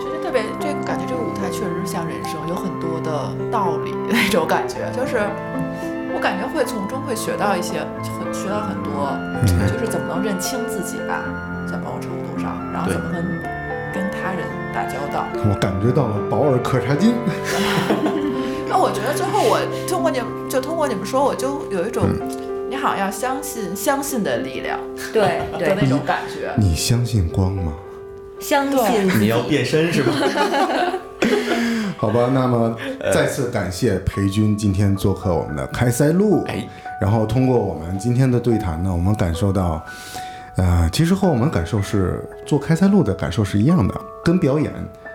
Speaker 4: 就是特别这个感觉，这个舞台确实像人生，有很多的道理 那种感觉，就是我感觉会从中会学到一些，很学到很多，就是怎么能认清自己吧，在某种程度上，然后
Speaker 3: 对
Speaker 4: 怎么跟跟他人打交道。
Speaker 3: 嗯
Speaker 1: 我感觉到了保尔·柯察 金，
Speaker 4: 那我觉得最后我通过你们，就通过你们说，我就有一种。你好像要相信相信的力量
Speaker 2: 对
Speaker 4: 的
Speaker 2: 对，
Speaker 4: 那种感觉，
Speaker 1: 你相信光吗？
Speaker 2: 相信自己
Speaker 3: 你 要变身是吧？
Speaker 1: 好吧，那么
Speaker 3: 呃
Speaker 1: 再次感谢裴军今天做客我们的开塞露。
Speaker 3: 哎，
Speaker 1: 然后通过我们今天的对谈呢，我们感受到，呃，其实和我们感受是做开塞露的感受是一样的，跟表演、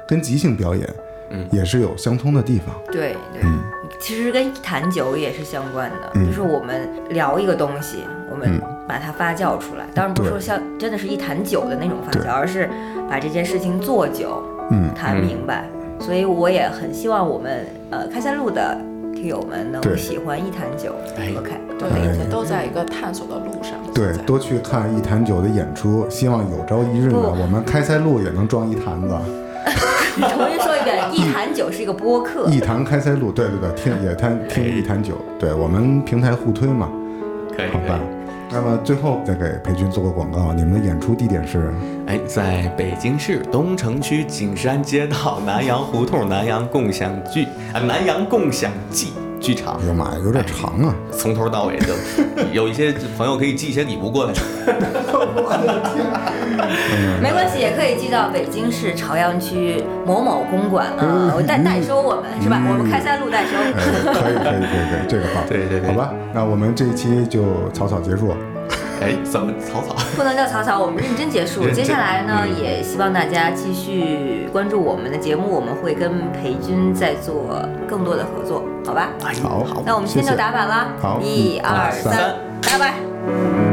Speaker 1: 跟即兴表演，嗯，也是有相通的地方。
Speaker 2: 对对，
Speaker 1: 嗯
Speaker 2: 其实跟一坛酒也是相关的，就是我们聊一个东西，我
Speaker 1: 嗯
Speaker 2: 们把它发酵出来。当然不是说像真的是一坛酒的那种发
Speaker 1: 对
Speaker 2: 酵，而是把这件事情做酒，
Speaker 1: 嗯
Speaker 2: 谈明白。所以我也很希望我们呃开塞露的听友们
Speaker 1: 对
Speaker 2: 能喜欢一坛酒
Speaker 3: 哎
Speaker 2: 和开
Speaker 4: 对，
Speaker 1: 哎
Speaker 4: 我们都在一个探索的路上。
Speaker 1: 对
Speaker 4: 现在，
Speaker 1: 多去看一坛酒的演出，希望有朝一日呢，
Speaker 2: 不
Speaker 1: 我们开塞露也能装一坛子，
Speaker 2: 重新说一遍，一坛酒是一个播客，
Speaker 1: 一坛开塞露，对对对，听也摊听一坛酒，对我们平台互推嘛，
Speaker 3: 可以
Speaker 1: 好吧。那么最后再给裴军做个广告，你们的演出地点是？
Speaker 3: 哎，在北京市东城区景山街道南阳胡同南阳共享剧啊，南阳共享记剧场
Speaker 1: 哎。呀妈呀，有点长啊！
Speaker 3: 从头到尾就 有一些朋友可以寄一些礼物过来。
Speaker 2: 没关系，也可以寄到北京市朝阳区某某公馆啊，我代代收我们是吧？我们开塞露代收。
Speaker 1: 嗯 哎，可以可以可以可以，这个好，
Speaker 3: 对对对
Speaker 1: 好吧，那我们这一期就草草结束。
Speaker 3: 哎，怎么草草？
Speaker 2: 不能叫草草，我们认真结束。
Speaker 3: 认真
Speaker 2: 接下来呢，
Speaker 1: 嗯
Speaker 2: 也希望大家继续关注我们的节目，我们会跟裴军再做更多的合哎作，好吧？
Speaker 1: 好，好
Speaker 2: 那我们今
Speaker 1: 谢
Speaker 2: 天
Speaker 1: 谢
Speaker 2: 就打板啦，
Speaker 1: 好
Speaker 2: 一
Speaker 1: 嗯
Speaker 2: 二
Speaker 1: 三
Speaker 2: 三，拜拜。
Speaker 1: 拜拜。